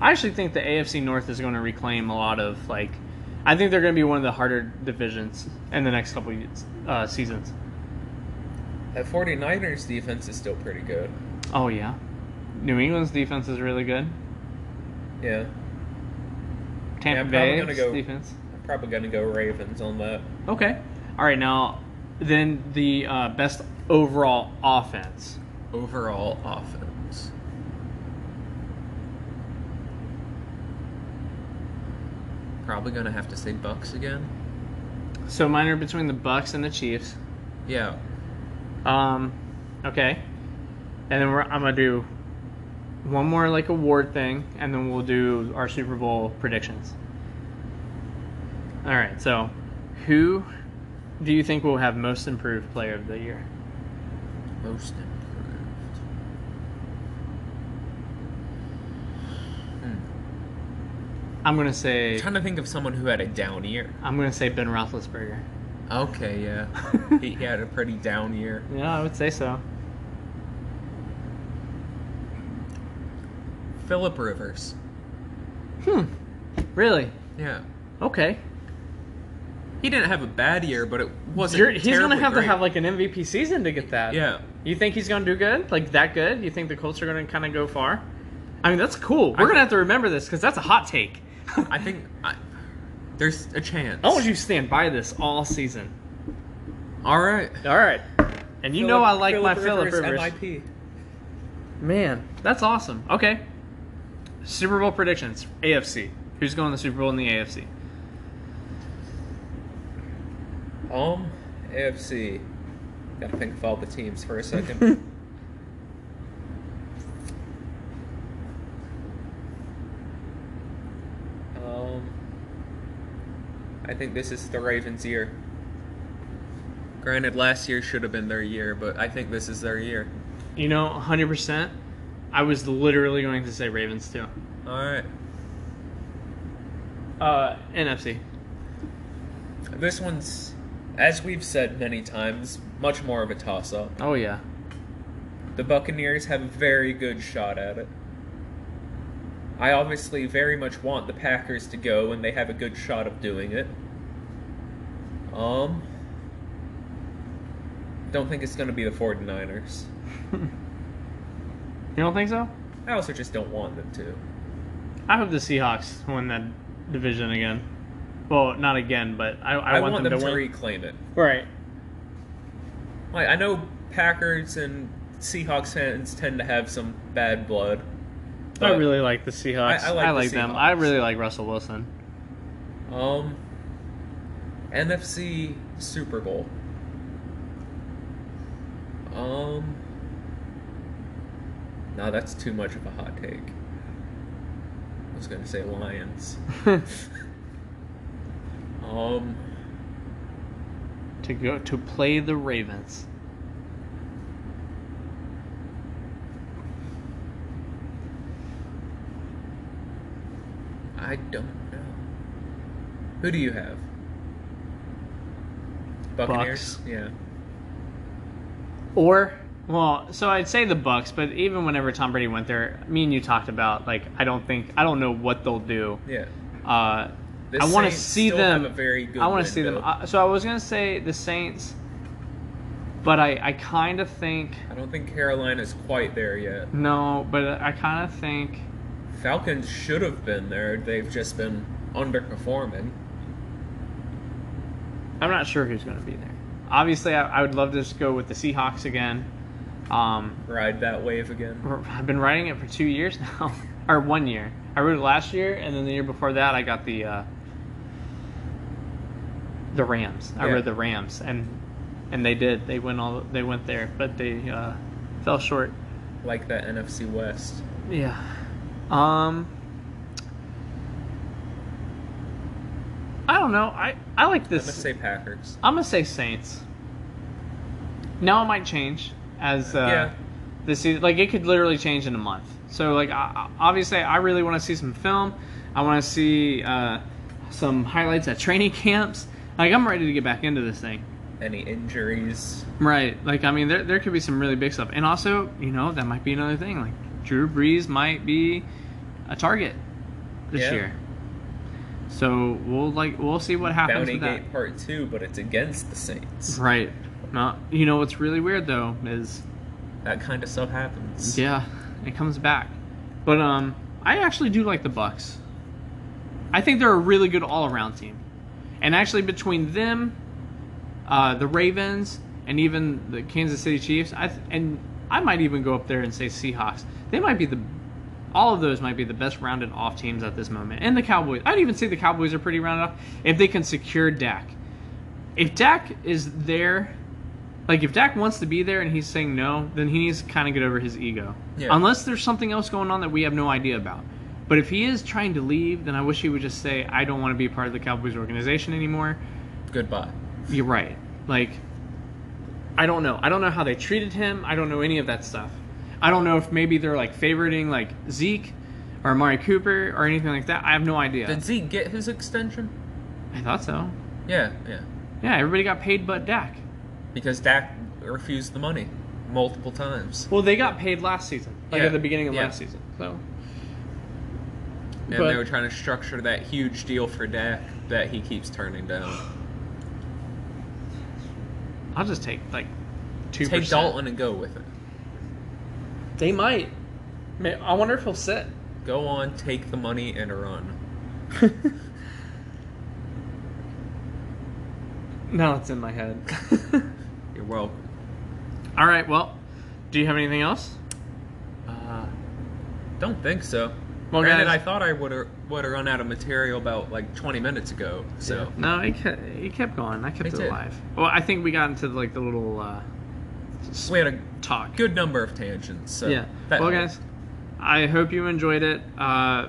Speaker 2: I actually think the AFC North is going to reclaim a lot of like. I think they're going to be one of the harder divisions in the next couple of years- uh, seasons.
Speaker 1: That 49ers defense is still pretty good.
Speaker 2: Oh yeah, New England's defense is really good.
Speaker 1: Yeah. Yeah, I'm
Speaker 2: Tampa
Speaker 1: probably
Speaker 2: Bay's
Speaker 1: gonna go-
Speaker 2: defense.
Speaker 1: I'm probably going to go Ravens on that.
Speaker 2: Okay. All right now, then the uh, best overall offense.
Speaker 1: Overall offense. Probably going to have to say Bucks again.
Speaker 2: So mine are between the Bucks and the Chiefs.
Speaker 1: Yeah.
Speaker 2: Um, okay. And then we're, I'm gonna do one more like award thing, and then we'll do our Super Bowl predictions. All right. So, who do you think will have most improved player of the year?
Speaker 1: Most improved. Hmm.
Speaker 2: I'm gonna say
Speaker 1: trying to think of someone who had a down year.
Speaker 2: I'm gonna say Ben Roethlisberger.
Speaker 1: Okay, yeah. he, he had a pretty down year.
Speaker 2: yeah, I would say so.
Speaker 1: Philip Rivers.
Speaker 2: Hmm. Really?
Speaker 1: Yeah.
Speaker 2: Okay.
Speaker 1: He didn't have a bad year, but it wasn't.
Speaker 2: You're, he's
Speaker 1: terribly
Speaker 2: gonna have
Speaker 1: great.
Speaker 2: to have like an MVP season to get that.
Speaker 1: Yeah.
Speaker 2: You think he's gonna do good? Like that good? You think the Colts are gonna kind of go far? I mean, that's cool. We're
Speaker 1: I-
Speaker 2: gonna have to remember this because that's a hot take.
Speaker 1: I think I, there's a chance.
Speaker 2: I want you to stand by this all season.
Speaker 1: All right.
Speaker 2: All right. And you know
Speaker 1: Phillip-
Speaker 2: I like my
Speaker 1: Phillip
Speaker 2: Philip Rivers.
Speaker 1: MIP.
Speaker 2: Man, that's awesome. Okay. Super Bowl predictions. AFC. Who's going to the Super Bowl in the AFC?
Speaker 1: Um, AFC. Gotta think of all the teams for a second. um, I think this is the Ravens' year. Granted, last year should have been their year, but I think this is their year.
Speaker 2: You know, 100%. I was literally going to say Ravens too.
Speaker 1: All right.
Speaker 2: Uh, NFC.
Speaker 1: This one's, as we've said many times, much more of a toss up.
Speaker 2: Oh yeah.
Speaker 1: The Buccaneers have a very good shot at it. I obviously very much want the Packers to go and they have a good shot of doing it. Um don't think it's going to be the 49ers.
Speaker 2: you don't think so?
Speaker 1: I also just don't want them to.
Speaker 2: I hope the Seahawks win that division again. Well, not again, but I, I,
Speaker 1: I, want, them, to,
Speaker 2: win.
Speaker 1: reclaim it.
Speaker 2: right.
Speaker 1: Like I know Packers and Seahawks fans tend to have some bad blood.
Speaker 2: I
Speaker 1: but,
Speaker 2: really like the Seahawks.
Speaker 1: I-
Speaker 2: I,
Speaker 1: I like
Speaker 2: like,
Speaker 1: the
Speaker 2: them.
Speaker 1: Seahawks.
Speaker 2: I really like Russell Wilson.
Speaker 1: um NFC Super Bowl. Um. No, that's too much of a hot take. I was gonna say Lions. Um.
Speaker 2: to go to play the Ravens.
Speaker 1: I don't know. Who do you have? Buccaneers.
Speaker 2: Bucks.
Speaker 1: Yeah.
Speaker 2: Or well, so I'd say the Bucks, but even whenever Tom Brady went there, me and you talked about like I don't think I don't know what they'll do.
Speaker 1: Yeah.
Speaker 2: Uh,
Speaker 1: The
Speaker 2: I want to
Speaker 1: Saints
Speaker 2: see
Speaker 1: still
Speaker 2: them.
Speaker 1: Have a very good
Speaker 2: I want to see them.
Speaker 1: window.
Speaker 2: Uh, so I was gonna say the Saints, but I I kind of think
Speaker 1: I don't think Carolina's quite there yet.
Speaker 2: no, but I kind of think
Speaker 1: Falcons should have been there. They've just been underperforming.
Speaker 2: I'm not sure who's gonna be there. Obviously, I, I would love to just go with the Seahawks again. Um,
Speaker 1: Ride that wave again.
Speaker 2: I've been writing it for two years now, or one year. I wrote it last year, and then the year before that, I got the uh, the Rams. I
Speaker 1: Yeah.
Speaker 2: wrote the Rams, and and they did. They went all. They went there, but they uh, fell short.
Speaker 1: Like that NFC West.
Speaker 2: Yeah. Um. I don't know. I I like
Speaker 1: I'm
Speaker 2: this.
Speaker 1: gonna say Packers.
Speaker 2: I'm gonna say Saints. Now it might change as uh,
Speaker 1: Yeah.
Speaker 2: this season. Like it could literally change in a month. So like I, I- obviously I really want to see some film. I want to see uh, some highlights at training camps. Like I'm ready to get back into this thing.
Speaker 1: Any injuries?
Speaker 2: Right. Like I mean there there could be some really big stuff. And also you know that might be another thing. Like Drew Brees might be a target this
Speaker 1: Yeah.
Speaker 2: year. So we'll like we'll see what happens
Speaker 1: Bounty
Speaker 2: with that.
Speaker 1: Gate Part Two, but it's against the Saints.
Speaker 2: Right. Not, you know what's really weird though is
Speaker 1: That kind of stuff happens.
Speaker 2: yeah, it comes back. But um I actually do like the Bucks. I think they're a really good all-around team. And actually between them uh, the Ravens and even the Kansas City Chiefs, I th- and I might even go up there and say Seahawks. They might be the all of those might be the best rounded off teams at this moment. And the Cowboys. I'd even say the Cowboys are pretty rounded off if they can secure Dak. If Dak is there like if Dak wants to be there and he's saying no, then he needs to kind of get over his ego.
Speaker 1: Yeah.
Speaker 2: Unless there's something else going on that we have no idea about. But if he is trying to leave, then I wish he would just say, "I don't want to be a part of the Cowboys organization anymore."
Speaker 1: Goodbye.
Speaker 2: You're right. Like, I don't know. I don't know how they treated him. I don't know any of that stuff. I don't know if maybe they're like favoriting like Zeke or Amari Cooper or anything like that. I have no idea.
Speaker 1: Did Zeke get his extension?
Speaker 2: I thought so.
Speaker 1: Yeah, yeah.
Speaker 2: Yeah, everybody got paid but Dak.
Speaker 1: Because Dak refused the money multiple times.
Speaker 2: Well, they got paid last season, like
Speaker 1: Yeah,
Speaker 2: at the beginning of
Speaker 1: yeah.
Speaker 2: last season. So
Speaker 1: And
Speaker 2: But-
Speaker 1: they were trying to structure that huge deal for Dak that he keeps turning down.
Speaker 2: I'll just take like two.
Speaker 1: Take Dalton and go with it.
Speaker 2: They might. May- I wonder if he'll sit.
Speaker 1: Go on, take the money and run.
Speaker 2: now it's in my head.
Speaker 1: You're welcome.
Speaker 2: All right. Well, do you have anything else?
Speaker 1: Uh, don't think so.
Speaker 2: Well,
Speaker 1: Granted,
Speaker 2: guys-
Speaker 1: I thought I would would have run out of material about like 20 minutes ago. So
Speaker 2: No, it kept, it kept going. I kept
Speaker 1: It
Speaker 2: it,
Speaker 1: did.
Speaker 2: alive. Well, I think we got into like the little uh,
Speaker 1: we had a
Speaker 2: talk.
Speaker 1: good number of tangents. So
Speaker 2: yeah.
Speaker 1: that
Speaker 2: well,
Speaker 1: helped.
Speaker 2: guys, I hope you enjoyed it. Uh,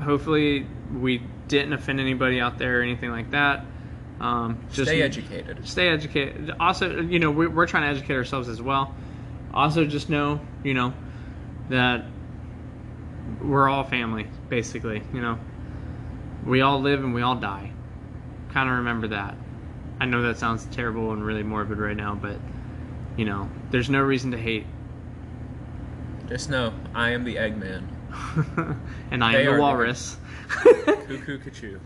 Speaker 2: hopefully, we didn't offend anybody out there or anything like that. Um, just
Speaker 1: stay educated.
Speaker 2: Stay educated. Also, you know, we, we're trying to educate ourselves as well. Also, just know, you know, that we're all family, basically. You know, we all live and we all die. Kind of remember that. I know that sounds terrible and really morbid right now, but you know, there's no reason to hate.
Speaker 1: Just know I am the Eggman.
Speaker 2: and I
Speaker 1: They
Speaker 2: am
Speaker 1: are
Speaker 2: the
Speaker 1: the-
Speaker 2: walrus.
Speaker 1: Cuckoo, cuckoo.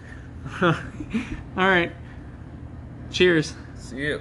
Speaker 2: all right. Cheers.
Speaker 1: See you.